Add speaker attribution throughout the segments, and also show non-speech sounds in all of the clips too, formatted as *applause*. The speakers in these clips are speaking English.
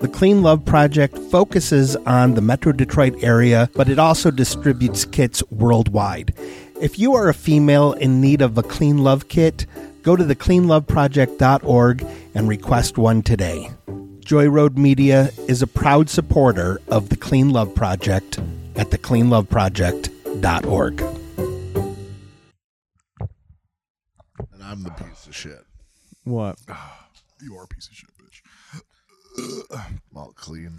Speaker 1: The Clean Love Project focuses on the Metro Detroit area, but it also distributes kits worldwide. If you are a female in need of a Clean Love kit, go to thecleanloveproject.org and request one today. Joy Road Media is a proud supporter of the Clean Love Project at thecleanloveproject.org.
Speaker 2: And I'm the piece of shit.
Speaker 3: What?
Speaker 2: You are a piece of shit, bitch. I'm all clean,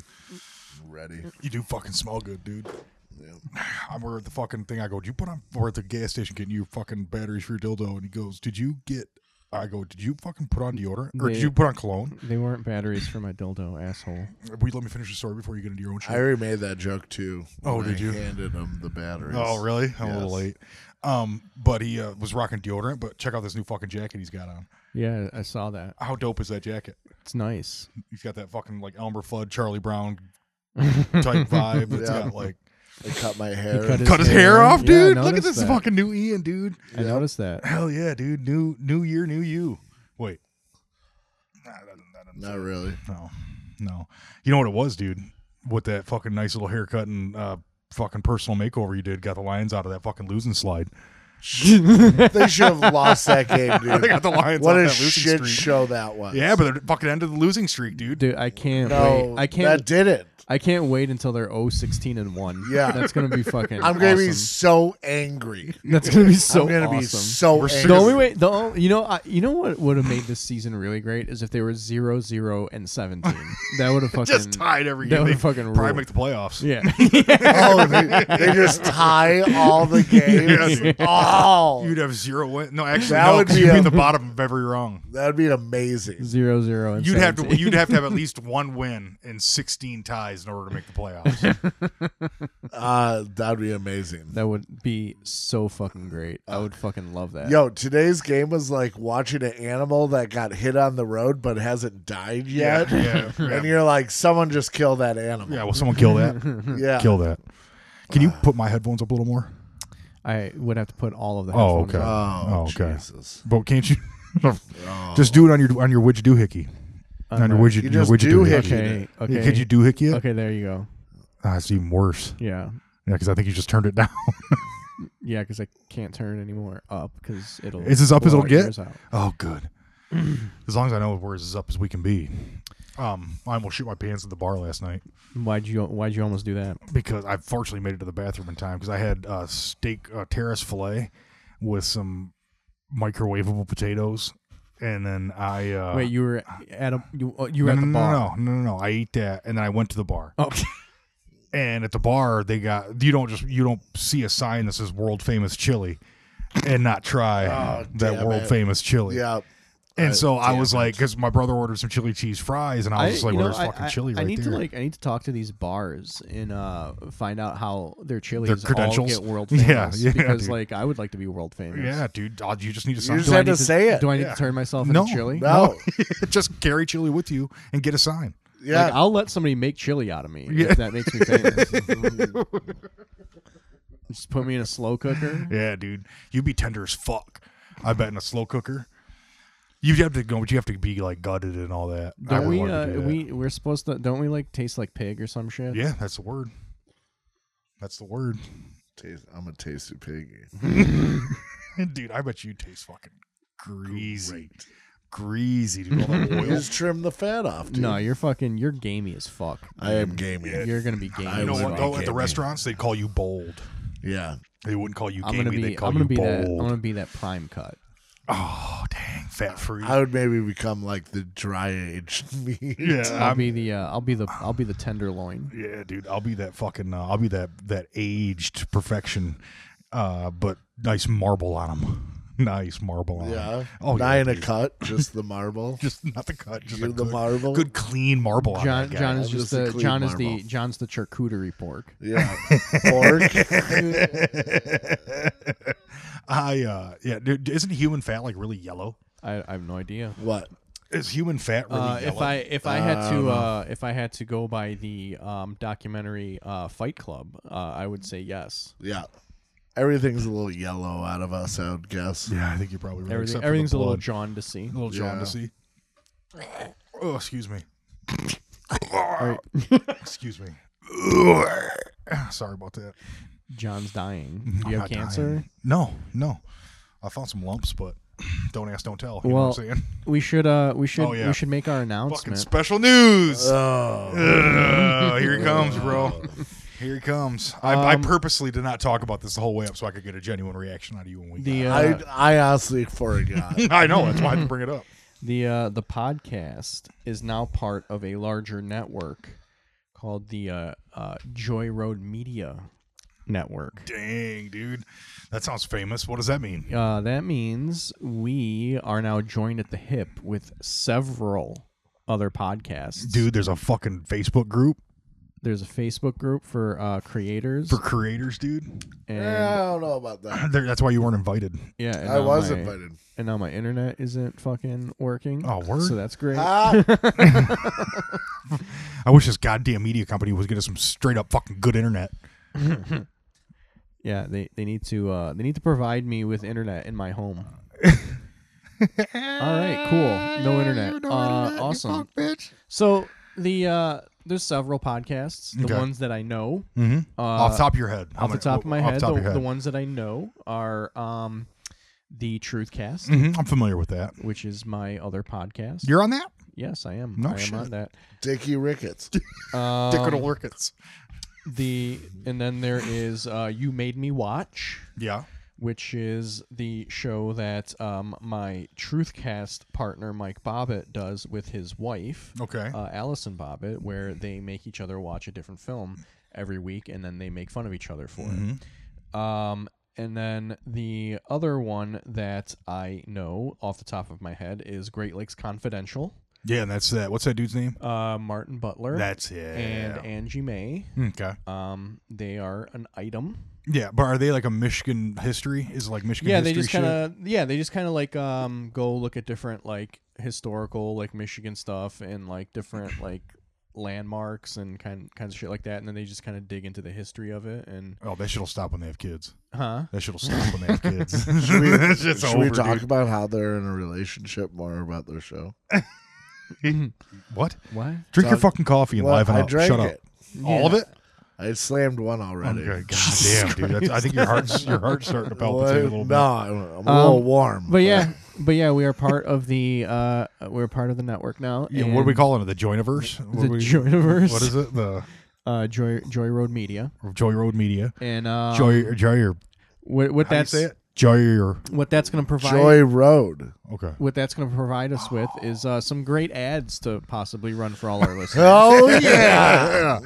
Speaker 2: ready.
Speaker 4: You do fucking smell good, dude.
Speaker 2: Yeah.
Speaker 4: I were at the fucking thing. I go, "Do you put on?" We're at the gas station getting you fucking batteries for your dildo, and he goes, "Did you get?" I go, "Did you fucking put on deodorant, or did
Speaker 3: They-
Speaker 4: you put on cologne?"
Speaker 3: They weren't batteries for my dildo, asshole.
Speaker 4: Will you let me finish the story before you get into your own shit?
Speaker 2: I already made that joke too.
Speaker 4: Oh,
Speaker 2: when
Speaker 4: did
Speaker 2: I
Speaker 4: you?
Speaker 2: Handed him the batteries.
Speaker 4: Oh, really? I'm a little
Speaker 2: Yes.
Speaker 4: late. Um, but he uh, was rocking deodorant. But check out this new fucking jacket he's got on.
Speaker 3: Yeah, I saw that.
Speaker 4: How dope is that jacket?
Speaker 3: It's nice.
Speaker 4: He's got that fucking like Elmer Fudd, Charlie Brown
Speaker 3: *laughs*
Speaker 4: type vibe. It's
Speaker 2: Yeah.
Speaker 4: got like
Speaker 2: I cut my hair.
Speaker 3: cut his-
Speaker 4: cut his hair
Speaker 3: hair.
Speaker 4: off,
Speaker 3: Yeah, I
Speaker 4: dude. Look at
Speaker 3: noticed
Speaker 4: this
Speaker 3: that.
Speaker 4: fucking new Ian, dude.
Speaker 3: I noticed that.
Speaker 4: Hell yeah, dude. New new year, new you. Wait. Nah, that doesn't- that doesn't-
Speaker 2: Not
Speaker 4: *laughs*
Speaker 2: really.
Speaker 4: No, no. You know what it was, dude? With that fucking nice little haircut and uh, fucking personal makeover you did, got the Lions out of that fucking losing slide.
Speaker 2: They should have lost that game, dude.
Speaker 4: *laughs* They got the Lions
Speaker 2: what
Speaker 4: off
Speaker 2: a
Speaker 4: that losing
Speaker 2: shit
Speaker 4: streak.
Speaker 2: show that was.
Speaker 4: Yeah, but they're fucking end of the losing streak, dude.
Speaker 3: Dude, I can't
Speaker 2: no,
Speaker 3: wait. I
Speaker 2: That
Speaker 3: can't
Speaker 2: didn't.
Speaker 3: I can't wait until they're 0 16 and 1.
Speaker 2: Yeah.
Speaker 3: That's going to be fucking
Speaker 2: I'm gonna be
Speaker 3: awesome.
Speaker 2: so angry.
Speaker 3: That's going to be
Speaker 2: *laughs*
Speaker 3: so
Speaker 2: I'm gonna be
Speaker 3: awesome.
Speaker 2: so
Speaker 4: We're
Speaker 2: angry.
Speaker 3: the only way, the only, you know, I, you know what would have made this season really great is if they were 0 0 and 17.
Speaker 2: *laughs*
Speaker 3: That would have fucking
Speaker 4: Just tied every
Speaker 3: That
Speaker 4: game.
Speaker 3: would
Speaker 4: They
Speaker 3: have fucking
Speaker 4: probably
Speaker 3: ruled.
Speaker 4: make the
Speaker 2: *laughs*
Speaker 4: playoffs. *laughs*
Speaker 3: yeah.
Speaker 2: Oh, they, they just tie all
Speaker 4: *laughs*
Speaker 2: the games. Oh,
Speaker 4: You'd have zero win. No, actually,
Speaker 2: That
Speaker 4: no,
Speaker 2: would
Speaker 4: 'cause
Speaker 2: be
Speaker 4: you'd be
Speaker 2: a-
Speaker 4: in the bottom of every wrong.
Speaker 2: that'd be amazing.
Speaker 3: 0 0 and
Speaker 4: You'd have
Speaker 3: 17.
Speaker 4: to. You'd have to have at least one win and sixteen ties in order to make the playoffs.
Speaker 2: Uh, that'd be amazing.
Speaker 3: That would be so fucking great.
Speaker 2: Uh,
Speaker 3: I would fucking love that.
Speaker 2: Yo, today's game was like watching an animal that got hit on the road but hasn't died yet.
Speaker 4: yeah, yeah.
Speaker 2: And you're like, someone just kill that animal.
Speaker 4: Yeah, will someone kill that?
Speaker 2: Yeah.
Speaker 4: Kill that. Can you put my headphones up a little more?
Speaker 3: I would have to put all of the
Speaker 4: Oh,
Speaker 3: headphones
Speaker 4: okay.
Speaker 3: on.
Speaker 2: Oh,
Speaker 4: Oh, okay.
Speaker 2: Jesus.
Speaker 4: But can't you? Just do it on your on your widget doohickey.
Speaker 3: On
Speaker 4: on your
Speaker 3: my-
Speaker 4: widget,
Speaker 2: You
Speaker 4: your
Speaker 2: just
Speaker 4: widget doohickey.
Speaker 2: doohickey.
Speaker 3: Okay. Okay.
Speaker 4: Yeah, could you doohickey it?
Speaker 3: Okay, there you go.
Speaker 4: Ah, it's even worse.
Speaker 3: Yeah.
Speaker 4: Yeah, because I think you just turned it *laughs* down.
Speaker 3: Yeah, because I can't turn it anymore up because it'll.
Speaker 4: It's as up as
Speaker 3: blow
Speaker 4: it'll
Speaker 3: our
Speaker 4: get?
Speaker 3: ears out.
Speaker 4: oh, good. as long as I know we're as up as we can be. Um, I almost shit my pants at the bar last night
Speaker 3: Why'd you Why'd you almost do that?
Speaker 4: because I fortunately made it to the bathroom in time because I had uh, steak uh, terrace fillet with some microwavable potatoes, and then I uh,
Speaker 3: Wait, you were at a you, uh, you
Speaker 4: no,
Speaker 3: were at
Speaker 4: no,
Speaker 3: the bar.
Speaker 4: No, no, no, no, no. I ate that, and then I went to the bar.
Speaker 3: *laughs* Okay.
Speaker 4: and at the bar they got you don't just you don't see a sign that says world famous chili and not try
Speaker 2: Oh,
Speaker 4: that
Speaker 2: damn
Speaker 4: world
Speaker 2: it.
Speaker 4: famous chili
Speaker 2: Yeah.
Speaker 4: and
Speaker 2: Uh,
Speaker 4: so i
Speaker 2: damn
Speaker 4: was
Speaker 2: it.
Speaker 4: like because my brother ordered some chili cheese fries and i was just like
Speaker 3: you
Speaker 4: well
Speaker 3: know,
Speaker 4: there's fucking chili
Speaker 3: I
Speaker 4: right
Speaker 3: need
Speaker 4: there
Speaker 3: to like I need to talk to these bars and uh, find out how their chilies
Speaker 4: credentials?
Speaker 3: all get world
Speaker 4: *laughs* Yeah,
Speaker 3: famous.
Speaker 4: yeah,
Speaker 3: because
Speaker 4: dude.
Speaker 3: like I would like to be world famous.
Speaker 4: yeah dude uh, you just need to
Speaker 2: You
Speaker 4: sign
Speaker 2: just
Speaker 3: I
Speaker 2: had
Speaker 3: need
Speaker 2: to say it.
Speaker 3: Do I need
Speaker 4: Yeah.
Speaker 3: to turn myself
Speaker 4: no
Speaker 3: into chili?
Speaker 2: No.
Speaker 4: *laughs* just carry chili with you and get a sign
Speaker 2: Yeah.
Speaker 3: Like, I'll let somebody make chili out of me
Speaker 4: Yeah.
Speaker 3: if that makes me famous.
Speaker 4: *laughs*
Speaker 3: Just put me in a slow cooker.
Speaker 4: yeah dude you'd be tender as fuck i bet in a slow cooker you'd have to go but you have to be like gutted and all that I
Speaker 3: Don't
Speaker 4: would
Speaker 3: we?
Speaker 4: love to
Speaker 3: Uh,
Speaker 4: do that.
Speaker 3: we we're supposed to. Don't we like taste like pig or some shit?
Speaker 4: yeah that's the word that's the word *laughs*
Speaker 2: Taste- I'm a tasty piggy.
Speaker 4: Dude, I bet you taste fucking greasy. Greasy, dude. All that
Speaker 2: You
Speaker 4: *laughs* oil.
Speaker 2: just trim the fat off, dude.
Speaker 3: No, you're fucking. You're gamey as fuck.
Speaker 2: I am gaming. Yeah.
Speaker 3: You're gonna be gamey.
Speaker 2: I
Speaker 4: you know
Speaker 3: as
Speaker 2: would
Speaker 3: fuck.
Speaker 4: what,
Speaker 2: be
Speaker 4: though? At the
Speaker 2: gamey.
Speaker 4: restaurants, they'd call you bold. They wouldn't call you
Speaker 3: I'm
Speaker 4: gamey.
Speaker 3: gonna be.
Speaker 4: they'd
Speaker 3: I'm
Speaker 4: call
Speaker 3: gonna
Speaker 4: you
Speaker 3: be that. I'm
Speaker 4: bold.
Speaker 3: gonna be that prime cut.
Speaker 4: Oh, dang. Fat
Speaker 3: *laughs*
Speaker 4: free.
Speaker 2: I would maybe become like the dry aged *laughs* meat.
Speaker 4: yeah,
Speaker 3: I'll
Speaker 4: I'm,
Speaker 3: be the. Uh, I'll be the. I'll be the tenderloin.
Speaker 4: yeah, dude. I'll be that fucking, uh, I'll be that, that aged perfection, uh, but nice marble on them. *laughs* nice marble on. it.
Speaker 2: Yeah.
Speaker 4: Oh,
Speaker 2: Not
Speaker 4: yeah,
Speaker 2: in a
Speaker 4: dude. *laughs*
Speaker 2: cut, just the marble.
Speaker 4: Just not the cut, just
Speaker 2: You
Speaker 4: a
Speaker 2: the
Speaker 4: good,
Speaker 2: marble.
Speaker 4: good clean marble on
Speaker 3: John,
Speaker 4: that guy.
Speaker 3: John is
Speaker 2: I'm
Speaker 3: just
Speaker 2: just a
Speaker 3: the
Speaker 2: clean
Speaker 3: John is the
Speaker 2: marble.
Speaker 3: John's the charcuterie pork.
Speaker 2: Yeah.
Speaker 4: *laughs*
Speaker 2: Pork.
Speaker 4: I uh yeah, dude, isn't human fat like really yellow?
Speaker 3: I, I have no idea.
Speaker 2: What?
Speaker 4: Is human fat really
Speaker 3: Uh,
Speaker 4: yellow?
Speaker 3: if I if I had to uh, if I had to go by the um, documentary uh, Fight Club, uh, I would say yes.
Speaker 2: Yeah. Everything's a little yellow out of us, I would guess.
Speaker 4: yeah, I think you're probably right.
Speaker 3: Everything,
Speaker 4: except for the
Speaker 3: everything's a little
Speaker 4: blood.
Speaker 3: John to see.
Speaker 4: a little John
Speaker 2: Yeah.
Speaker 4: to see. Oh, excuse me. *laughs*
Speaker 3: *laughs*
Speaker 4: excuse me. Sorry about that.
Speaker 3: John's
Speaker 4: *laughs*
Speaker 3: dying.
Speaker 4: I'm
Speaker 3: You have
Speaker 4: not
Speaker 3: cancer.
Speaker 4: dying. No, no. I found some lumps, but *clears throat* don't ask, don't tell. You know what I'm
Speaker 3: Well,
Speaker 4: saying?
Speaker 3: We should uh we should
Speaker 4: Oh, yeah.
Speaker 3: we should make our
Speaker 4: Fucking
Speaker 3: announcement.
Speaker 4: special news. *laughs*
Speaker 3: Uh.
Speaker 2: Oh.
Speaker 4: Ugh, here it comes, bro. Here it comes. I, I
Speaker 3: Um,
Speaker 4: purposely did not talk about this the whole way up so I could get a genuine reaction out of you when we.
Speaker 3: the uh,
Speaker 2: I I honestly forgot.
Speaker 4: *laughs* got- I know that's why I had to bring it up.
Speaker 3: the uh, the podcast is now part of a larger network called the uh, uh, Joy Road Media Network.
Speaker 4: Dang, dude, that sounds famous. What does that mean?
Speaker 3: Uh, that means we are now joined at the hip with several other podcasts.
Speaker 4: Dude, there's a fucking Facebook group
Speaker 3: There's a Facebook group for uh, creators.
Speaker 4: for creators, dude.
Speaker 3: and,
Speaker 2: Yeah,
Speaker 3: yeah,
Speaker 2: Eh, I don't know about that.
Speaker 4: There- that's why you weren't invited.
Speaker 3: and
Speaker 2: I
Speaker 3: now
Speaker 2: was
Speaker 3: my-
Speaker 2: invited.
Speaker 3: and now my internet isn't fucking working.
Speaker 4: Oh, word.
Speaker 3: So that's great.
Speaker 4: *laughs*
Speaker 2: Ah,
Speaker 4: I wish this goddamn media company was getting some straight up fucking good internet.
Speaker 3: Yeah, they, they need to uh, they need to provide me with internet in my home. All right, cool. No internet. Uh, awesome.
Speaker 4: bitch.
Speaker 3: So the uh, there's several podcasts. The
Speaker 4: Okay.
Speaker 3: ones that I know
Speaker 4: Mm-hmm.
Speaker 3: uh,
Speaker 4: off the top of your head, How
Speaker 3: off the
Speaker 4: many-
Speaker 3: top of my
Speaker 4: off
Speaker 3: head,
Speaker 4: top
Speaker 3: the,
Speaker 4: of your
Speaker 3: the
Speaker 4: head.
Speaker 3: ones that I know are um, the Truthcast,
Speaker 4: Mhm, I'm familiar with that.
Speaker 3: which is my other podcast.
Speaker 4: You're on that.
Speaker 3: yes, I am.
Speaker 4: No
Speaker 3: I am
Speaker 4: shit.
Speaker 3: on that.
Speaker 2: Dickie Ricketts.
Speaker 3: Um,
Speaker 4: Dickard Orchids.
Speaker 3: the and then there is uh, you made me watch.
Speaker 4: Yeah.
Speaker 3: which is the show that um, my Truthcast partner Mike Bobbitt does with his wife,
Speaker 4: Okay.
Speaker 3: uh, Allison Bobbitt, where they make each other watch a different film every week, and then they make fun of each other for
Speaker 4: Mm-hmm.
Speaker 3: it. Um, and then the other one that I know off the top of my head is Great Lakes Confidential,
Speaker 4: yeah, that's that. What's that dude's name?
Speaker 3: uh, Martin Butler,
Speaker 4: That's it. Hmm,
Speaker 3: and Angie May.
Speaker 4: okay.
Speaker 3: Um, they are an item.
Speaker 4: Yeah, but are they like a Michigan history? Is it like Michigan?
Speaker 3: yeah they
Speaker 4: history
Speaker 3: just
Speaker 4: shit?
Speaker 3: kind of yeah they just kind of like um go look at different like historical like michigan stuff and like different like landmarks and kind kinds of shit like that and then they just kind of dig into the history of it and
Speaker 4: Oh, that shit'll stop when they have kids.
Speaker 3: huh
Speaker 4: That shit'll stop when they have kids.
Speaker 2: Should we,
Speaker 4: It's just
Speaker 2: should we
Speaker 4: over,
Speaker 2: talk
Speaker 4: dude.
Speaker 2: about how they're in a relationship more about their show?
Speaker 4: *laughs* What?
Speaker 3: what
Speaker 4: Drink your
Speaker 2: Talk-
Speaker 4: fucking coffee and
Speaker 2: Well,
Speaker 4: liven
Speaker 2: I
Speaker 4: up.
Speaker 2: drank
Speaker 4: Shut up.
Speaker 2: it.
Speaker 4: All of it.
Speaker 2: I slammed one already.
Speaker 4: Okay. Oh,
Speaker 2: *laughs*
Speaker 4: God damn, dude. That's, I think your heart's your heart's starting to
Speaker 2: What?
Speaker 4: palpitate a little bit.
Speaker 2: No, I'm, I'm a little
Speaker 3: Um,
Speaker 2: warm.
Speaker 3: but yeah but yeah we are part of the uh we're part of the network now
Speaker 4: Yeah, what do we
Speaker 3: and
Speaker 4: calling it? The Joiniverse? What
Speaker 3: the
Speaker 4: do we-
Speaker 3: Joyverse,
Speaker 4: What is it? The
Speaker 3: uh joy joy road media
Speaker 4: Joy Road Media.
Speaker 3: and uh
Speaker 4: Joy Joy or
Speaker 3: what, what
Speaker 4: how do you
Speaker 3: that's
Speaker 4: say it? Joy or
Speaker 3: what that's gonna provide
Speaker 2: Joy Road.
Speaker 4: okay.
Speaker 3: what that's going to provide us with is uh, some great ads to possibly run for all our
Speaker 4: *laughs*
Speaker 3: listeners.
Speaker 2: *laughs* Oh yeah,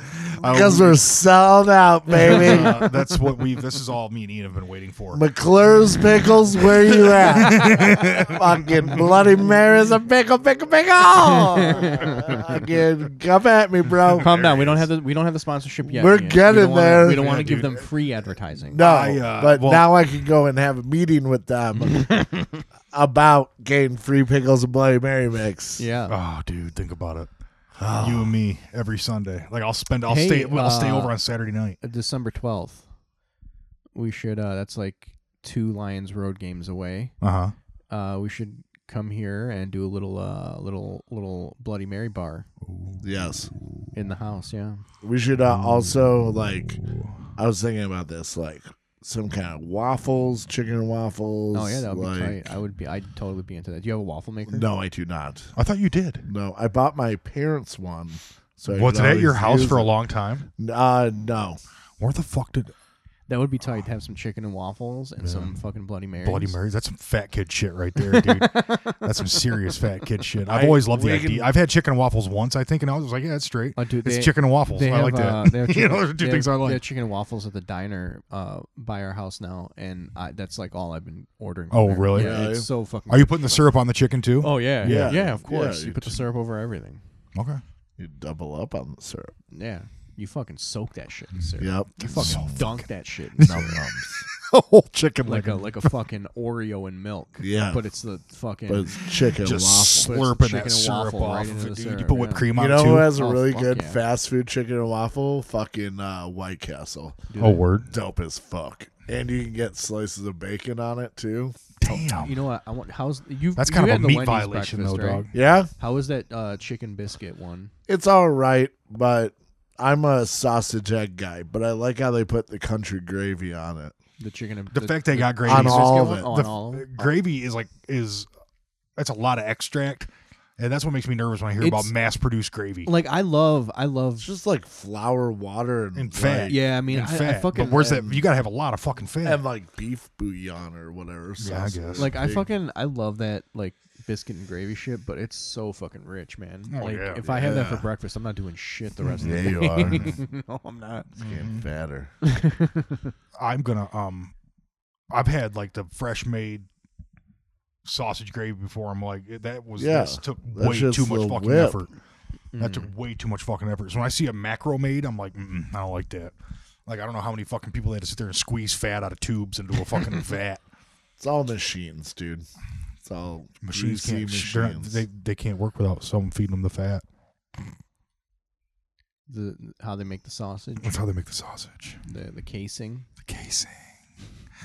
Speaker 4: I-
Speaker 2: because we're sold out,
Speaker 3: *laughs*
Speaker 2: baby.
Speaker 4: Uh, that's what we. This is all me and Ian have been waiting for.
Speaker 2: McClure's pickles, where you at? *laughs* Fucking Bloody Mary's a pickle, pickle, pickle. Fucking come at me, bro.
Speaker 3: Calm down. We don't have the we don't have the sponsorship yet.
Speaker 2: We're
Speaker 3: Ian. we
Speaker 2: getting
Speaker 3: don't wanna,
Speaker 2: there.
Speaker 3: We don't
Speaker 4: Yeah,
Speaker 3: want to give
Speaker 4: dude.
Speaker 3: them free advertising.
Speaker 2: No,
Speaker 4: I, uh,
Speaker 2: but
Speaker 4: well-
Speaker 2: now I can go and have a meeting with
Speaker 3: *laughs*
Speaker 2: them about getting free pickles and Bloody Mary mix.
Speaker 3: Yeah.
Speaker 4: Oh, dude, think about it. You and me every Sunday. Like I'll spend. I'll
Speaker 3: Hey,
Speaker 4: stay. I'll stay
Speaker 3: uh,
Speaker 4: over on Saturday night.
Speaker 3: Uh, December twelfth. We should. Uh, that's like two Lions road games away.
Speaker 4: Uh huh.
Speaker 3: Uh, we should come here and do a little uh little little Bloody Mary bar
Speaker 2: Yes.
Speaker 3: in the house. Yeah.
Speaker 2: We should uh, also like. I was thinking about this, like some kind of waffles, chicken waffles.
Speaker 3: Oh yeah, that would be
Speaker 2: like-
Speaker 3: tight. I would be. I'd totally be into that. Do you have a waffle maker?
Speaker 2: No, I do not.
Speaker 4: I thought you did.
Speaker 2: No, I bought my parents one. So I
Speaker 4: Was
Speaker 2: could
Speaker 4: it at your
Speaker 2: always
Speaker 4: house
Speaker 2: use
Speaker 4: for a
Speaker 2: it.
Speaker 4: long time?
Speaker 2: Uh, no,
Speaker 4: Where the fuck did?
Speaker 3: That would be tight to have some chicken and waffles and some fucking Bloody Marys.
Speaker 4: Bloody Marys. That's some fat kid shit right there,
Speaker 3: *laughs*
Speaker 4: dude. that's some serious fat kid shit. I've
Speaker 2: I-
Speaker 4: always loved the
Speaker 2: we can-
Speaker 4: idea. I've had chicken and waffles once, I think, and I was like, yeah, it's straight.
Speaker 3: Oh, dude,
Speaker 4: it's
Speaker 3: they-
Speaker 4: chicken and waffles.
Speaker 3: They
Speaker 4: I
Speaker 3: have,
Speaker 4: like *laughs*
Speaker 3: uh,
Speaker 4: that.
Speaker 3: they have
Speaker 4: you
Speaker 3: chicken-
Speaker 4: know, those are two
Speaker 3: they have-
Speaker 4: things I
Speaker 3: They have
Speaker 4: like.
Speaker 3: chicken and waffles at the diner uh, by our house now, and I, that's like all I've been ordering. from
Speaker 4: Oh,
Speaker 3: there.
Speaker 4: really?
Speaker 3: Yeah,
Speaker 2: Really?
Speaker 3: it's so fucking.
Speaker 4: Are you putting the syrup on the chicken too?
Speaker 3: Oh yeah, yeah,
Speaker 2: Yeah.
Speaker 3: yeah. Of
Speaker 2: Yeah,
Speaker 3: course, you
Speaker 2: you
Speaker 3: put the syrup over everything.
Speaker 4: Okay. *laughs*
Speaker 2: You double up on the syrup.
Speaker 3: Yeah, you fucking soak that shit in syrup.
Speaker 2: Yep.
Speaker 3: You fucking
Speaker 4: So
Speaker 3: dunk that shit in
Speaker 2: Num
Speaker 3: syrup.
Speaker 2: nums.
Speaker 4: Whole chicken
Speaker 3: like a like a fucking Oreo in milk.
Speaker 2: Yeah.
Speaker 3: but it's the fucking.
Speaker 2: But it's chicken
Speaker 4: just
Speaker 2: waffle.
Speaker 3: But it's
Speaker 4: slurping
Speaker 3: chicken
Speaker 4: that
Speaker 3: and
Speaker 4: syrup
Speaker 3: waffle
Speaker 4: off
Speaker 3: right
Speaker 4: of
Speaker 3: into
Speaker 4: it,
Speaker 3: the
Speaker 4: dude. You
Speaker 3: syrup,
Speaker 4: put whipped
Speaker 3: yeah.
Speaker 4: cream
Speaker 2: You
Speaker 4: on
Speaker 2: know
Speaker 4: too.
Speaker 2: who has a
Speaker 3: Oh,
Speaker 2: really
Speaker 3: fuck
Speaker 2: good
Speaker 3: yeah.
Speaker 2: fast food chicken and waffle? Fucking uh, White Castle.
Speaker 3: dude,
Speaker 4: oh word.
Speaker 2: Dope as fuck. And you can get slices of bacon on it too.
Speaker 4: Damn.
Speaker 3: You know what? I want. How's you?
Speaker 4: That's
Speaker 3: you
Speaker 4: kind of
Speaker 3: had
Speaker 4: a
Speaker 3: the
Speaker 4: meat
Speaker 3: Wendy's
Speaker 4: violation
Speaker 3: breakfast,
Speaker 4: though,
Speaker 3: right?
Speaker 4: dog.
Speaker 2: Yeah,
Speaker 3: How is that uh, chicken biscuit one?
Speaker 2: it's all right, but I'm a sausage egg guy. But I like how they put the country gravy on it.
Speaker 3: The chicken and
Speaker 4: The fact they got gravy
Speaker 2: on
Speaker 4: is-
Speaker 2: all of
Speaker 3: biscuit
Speaker 2: it.
Speaker 3: one? Oh,
Speaker 4: the
Speaker 3: on all of
Speaker 4: f-
Speaker 3: it?
Speaker 4: gravy is like is that's a lot of extract, and that's what makes me nervous when I hear about
Speaker 3: It's-
Speaker 4: mass-produced gravy.
Speaker 3: Like I love, I love.
Speaker 2: It's just like flour, water, and,
Speaker 4: In fact,
Speaker 3: yeah, I mean,
Speaker 4: and
Speaker 3: I,
Speaker 4: fat.
Speaker 3: I fucking. uh,
Speaker 4: but where's
Speaker 3: I-
Speaker 4: that? You gotta have a lot of fucking fat.
Speaker 2: and like beef bouillon or whatever.
Speaker 4: yeah, I
Speaker 2: sausage.
Speaker 4: guess.
Speaker 3: Like I
Speaker 2: Big-
Speaker 3: fucking, I love that like biscuit and gravy shit, but it's so fucking rich, man.
Speaker 4: Oh,
Speaker 3: like
Speaker 4: yeah.
Speaker 3: if I have that for
Speaker 2: Yeah.
Speaker 3: breakfast, I'm not doing shit the rest
Speaker 2: Yeah,
Speaker 3: of the
Speaker 2: you
Speaker 3: day.
Speaker 2: are.
Speaker 3: *laughs* no, I'm not.
Speaker 4: Mm-hmm.
Speaker 2: Getting fatter.
Speaker 4: I'm gonna um, I've had like the fresh made sausage gravy before. I'm like it- that was
Speaker 2: Yeah,
Speaker 4: this took
Speaker 2: that's
Speaker 4: way
Speaker 2: just
Speaker 4: too much
Speaker 2: the
Speaker 4: fucking
Speaker 2: whip.
Speaker 4: effort. That took way too much fucking effort. So when I see a macro made, I'm like, Mm-mm, I don't like that. Like I don't know how many fucking people they had to sit there and squeeze fat out of tubes into a fucking vat.
Speaker 2: It's all machines, dude. It's all
Speaker 4: Machines
Speaker 2: greasy
Speaker 4: can't sh- they're not-
Speaker 2: machines.
Speaker 4: they they can't work without someone feeding them the fat.
Speaker 3: The how they make the sausage,
Speaker 4: That's how they make the sausage.
Speaker 3: the the casing.
Speaker 4: The casing.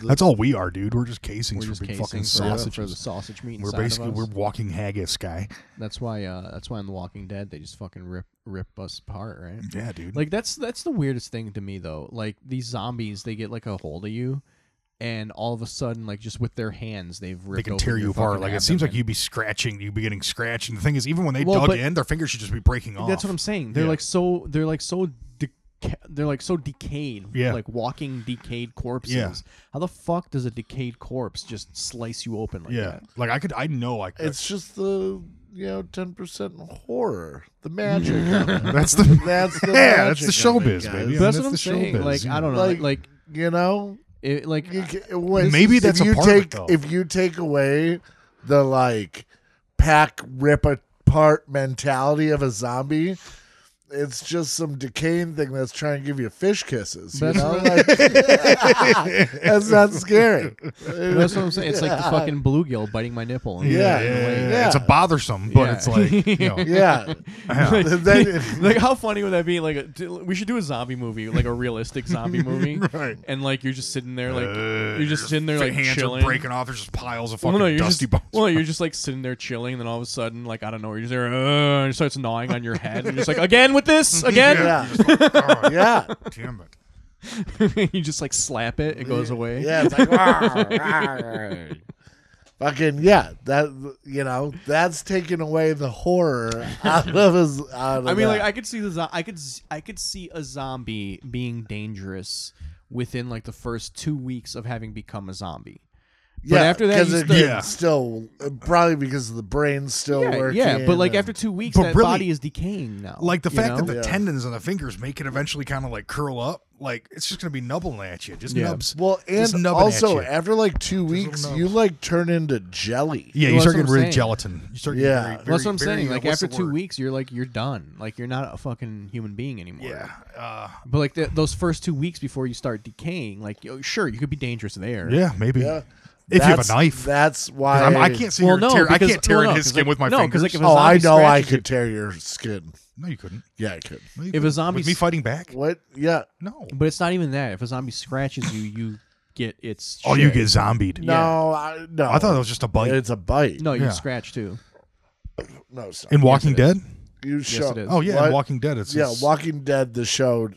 Speaker 4: That's all we are, dude. We're just casings
Speaker 3: We're
Speaker 4: for
Speaker 3: just
Speaker 4: big
Speaker 3: casing
Speaker 4: fucking
Speaker 3: for, for the
Speaker 4: sausages.
Speaker 3: sausage meat.
Speaker 4: We're
Speaker 3: inside of
Speaker 4: basically
Speaker 3: us.
Speaker 4: we're walking haggis, guy.
Speaker 3: That's why. Uh, that's why in The Walking Dead they just fucking rip rip us apart, right?
Speaker 4: Mm, Yeah, dude.
Speaker 3: Like that's that's the weirdest thing to me though. Like these zombies, they get like a hold of you, and all of a sudden, like just with their hands, they've ripped.
Speaker 4: they can
Speaker 3: open
Speaker 4: tear
Speaker 3: your
Speaker 4: you apart.
Speaker 3: fucking
Speaker 4: Like it seems like
Speaker 3: abdomen.
Speaker 4: you'd be scratching, you'd be getting scratched. And the thing is, even when they
Speaker 3: Well,
Speaker 4: dug
Speaker 3: but-
Speaker 4: in, their fingers should just be breaking off.
Speaker 3: That's what I'm saying. They're
Speaker 4: Yeah.
Speaker 3: like so. They're like so. Deca- they're like so decayed.
Speaker 4: Yeah.
Speaker 3: Like walking decayed corpses.
Speaker 4: Yeah.
Speaker 3: How the fuck does a decayed corpse just slice you open like
Speaker 4: yeah,
Speaker 3: that?
Speaker 4: like I could, I know, like
Speaker 2: it's just the you know ten percent horror, the magic.
Speaker 4: *laughs*
Speaker 2: of it.
Speaker 4: that's the
Speaker 2: That's the
Speaker 4: *laughs* yeah, that's
Speaker 2: magic of
Speaker 4: the
Speaker 2: it,
Speaker 4: showbiz,
Speaker 2: guys.
Speaker 4: baby.
Speaker 2: Yeah,
Speaker 3: That's
Speaker 4: I mean,
Speaker 3: what I'm
Speaker 4: the
Speaker 3: saying.
Speaker 4: showbiz,
Speaker 3: Like
Speaker 4: you
Speaker 3: I don't know. Like,
Speaker 2: Like, you know,
Speaker 3: it, like
Speaker 2: You ca- when-
Speaker 4: Maybe
Speaker 2: if
Speaker 4: that's a
Speaker 2: you
Speaker 4: part of it,
Speaker 2: take
Speaker 4: though.
Speaker 2: if you take away the like pack rip apart mentality of a zombie. It's just some decaying thing that's trying to give you fish kisses. You
Speaker 3: That's
Speaker 2: know?
Speaker 3: what-
Speaker 2: Like, *laughs* that's not scary.
Speaker 3: that's what I'm saying.
Speaker 2: *laughs*
Speaker 3: It's like the fucking bluegill biting my nipple. and-
Speaker 2: Yeah,
Speaker 4: yeah,
Speaker 2: in a way.
Speaker 4: yeah,
Speaker 2: Yeah.
Speaker 4: it's a bothersome, but
Speaker 3: Yeah.
Speaker 4: it's like
Speaker 3: *laughs*
Speaker 4: you know,
Speaker 2: Yeah.
Speaker 4: yeah.
Speaker 2: Then-
Speaker 3: like how funny would that be like a, d- we should do a zombie movie like a realistic zombie movie
Speaker 4: *laughs* Right.
Speaker 3: and like you're just sitting there like
Speaker 4: Uh,
Speaker 3: you're
Speaker 4: *laughs*
Speaker 3: just sitting there
Speaker 4: fa-
Speaker 3: like
Speaker 4: hands
Speaker 3: chilling
Speaker 4: are breaking off. There's just piles of
Speaker 3: Well,
Speaker 4: fucking
Speaker 3: no, you're
Speaker 4: dusty
Speaker 3: just,
Speaker 4: bones.
Speaker 3: well,
Speaker 4: *laughs*
Speaker 3: you're just like sitting there chilling, and then all of a sudden, like I don't know, you're just there, uh, and it starts gnawing on your head, and you're just like, again with
Speaker 4: *laughs*
Speaker 3: this, again.
Speaker 2: Yeah.
Speaker 4: You're just like, all right,
Speaker 2: Yeah.
Speaker 4: damn it.
Speaker 3: *laughs* you just like slap it, it goes away.
Speaker 2: Yeah, it's like "Rawr, rawr." fucking yeah. That you know that's taking away the horror *laughs* out of his. Out of
Speaker 3: I mean,
Speaker 2: that.
Speaker 3: like I could see the zo- I could s- I could see a zombie being dangerous within like the first two weeks of having become a zombie. But after that,
Speaker 2: 'cause
Speaker 3: you
Speaker 2: it
Speaker 3: start-
Speaker 2: can
Speaker 4: Yeah.
Speaker 2: still probably because the brain's still
Speaker 3: Yeah,
Speaker 2: working.
Speaker 3: yeah, but like
Speaker 2: and-
Speaker 3: after two weeks,
Speaker 4: But
Speaker 3: that
Speaker 4: really,
Speaker 3: body is decaying now.
Speaker 4: Like the
Speaker 3: you
Speaker 4: fact
Speaker 3: know?
Speaker 4: that the
Speaker 2: Yeah.
Speaker 4: tendons on the fingers make it eventually kind of like curl up. Like it's just gonna be nubbing at you. Just
Speaker 3: Yeah.
Speaker 4: nubs.
Speaker 2: well,
Speaker 4: just
Speaker 2: and
Speaker 4: nubbing at
Speaker 2: also
Speaker 4: you.
Speaker 2: after like two weeks,
Speaker 4: little
Speaker 2: you
Speaker 4: nubs.
Speaker 2: like turn into jelly.
Speaker 4: Yeah,
Speaker 3: Well,
Speaker 4: you
Speaker 3: that's
Speaker 4: start getting
Speaker 3: what I'm
Speaker 4: really
Speaker 3: saying.
Speaker 4: gelatin. You start getting
Speaker 2: Yeah.
Speaker 4: very,
Speaker 2: Well,
Speaker 4: very,
Speaker 3: Well, that's what I'm
Speaker 4: very,
Speaker 3: saying.
Speaker 4: uh,
Speaker 3: Like
Speaker 4: what's
Speaker 3: after
Speaker 4: the
Speaker 3: two
Speaker 4: word?
Speaker 3: weeks, you're like you're done. Like you're not a fucking human being anymore.
Speaker 4: Yeah, uh,
Speaker 3: But like the, those first two weeks before you start decaying, like yo- sure you could be dangerous there.
Speaker 4: yeah, maybe.
Speaker 2: Yeah.
Speaker 4: If you have
Speaker 2: That's-
Speaker 4: a knife,
Speaker 2: That's why
Speaker 4: I'm, I can't see.
Speaker 3: Well,
Speaker 4: your
Speaker 3: no,
Speaker 4: tear,
Speaker 3: because-
Speaker 4: I can't tear
Speaker 3: well,
Speaker 4: in
Speaker 3: no,
Speaker 4: his
Speaker 3: 'cause,
Speaker 4: skin
Speaker 3: like-
Speaker 4: with my
Speaker 3: no, 'cause,
Speaker 4: fingers.
Speaker 3: like, if a
Speaker 2: Oh, I
Speaker 3: zombie
Speaker 2: know I
Speaker 3: scratches
Speaker 2: could tear your skin.
Speaker 4: no, you couldn't.
Speaker 2: Yeah, I could.
Speaker 4: No, you
Speaker 3: If
Speaker 4: couldn't.
Speaker 3: a zombie,
Speaker 4: with me fighting back,
Speaker 2: What? Yeah.
Speaker 4: no.
Speaker 3: but it's not even that. If a zombie scratches you, you get its.
Speaker 4: Oh, you
Speaker 3: shit.
Speaker 4: get zombied.
Speaker 2: No, I, no.
Speaker 4: I thought that was just a bite.
Speaker 2: it's a bite.
Speaker 3: no, you
Speaker 4: Yeah.
Speaker 3: scratch too.
Speaker 2: no. It's not.
Speaker 4: in Walking Dead.
Speaker 2: you
Speaker 3: Yes,
Speaker 2: show.
Speaker 3: it is.
Speaker 4: Oh yeah,
Speaker 2: What?
Speaker 4: in Walking Dead. It's
Speaker 2: yeah,
Speaker 4: it's
Speaker 2: Walking Dead. The show.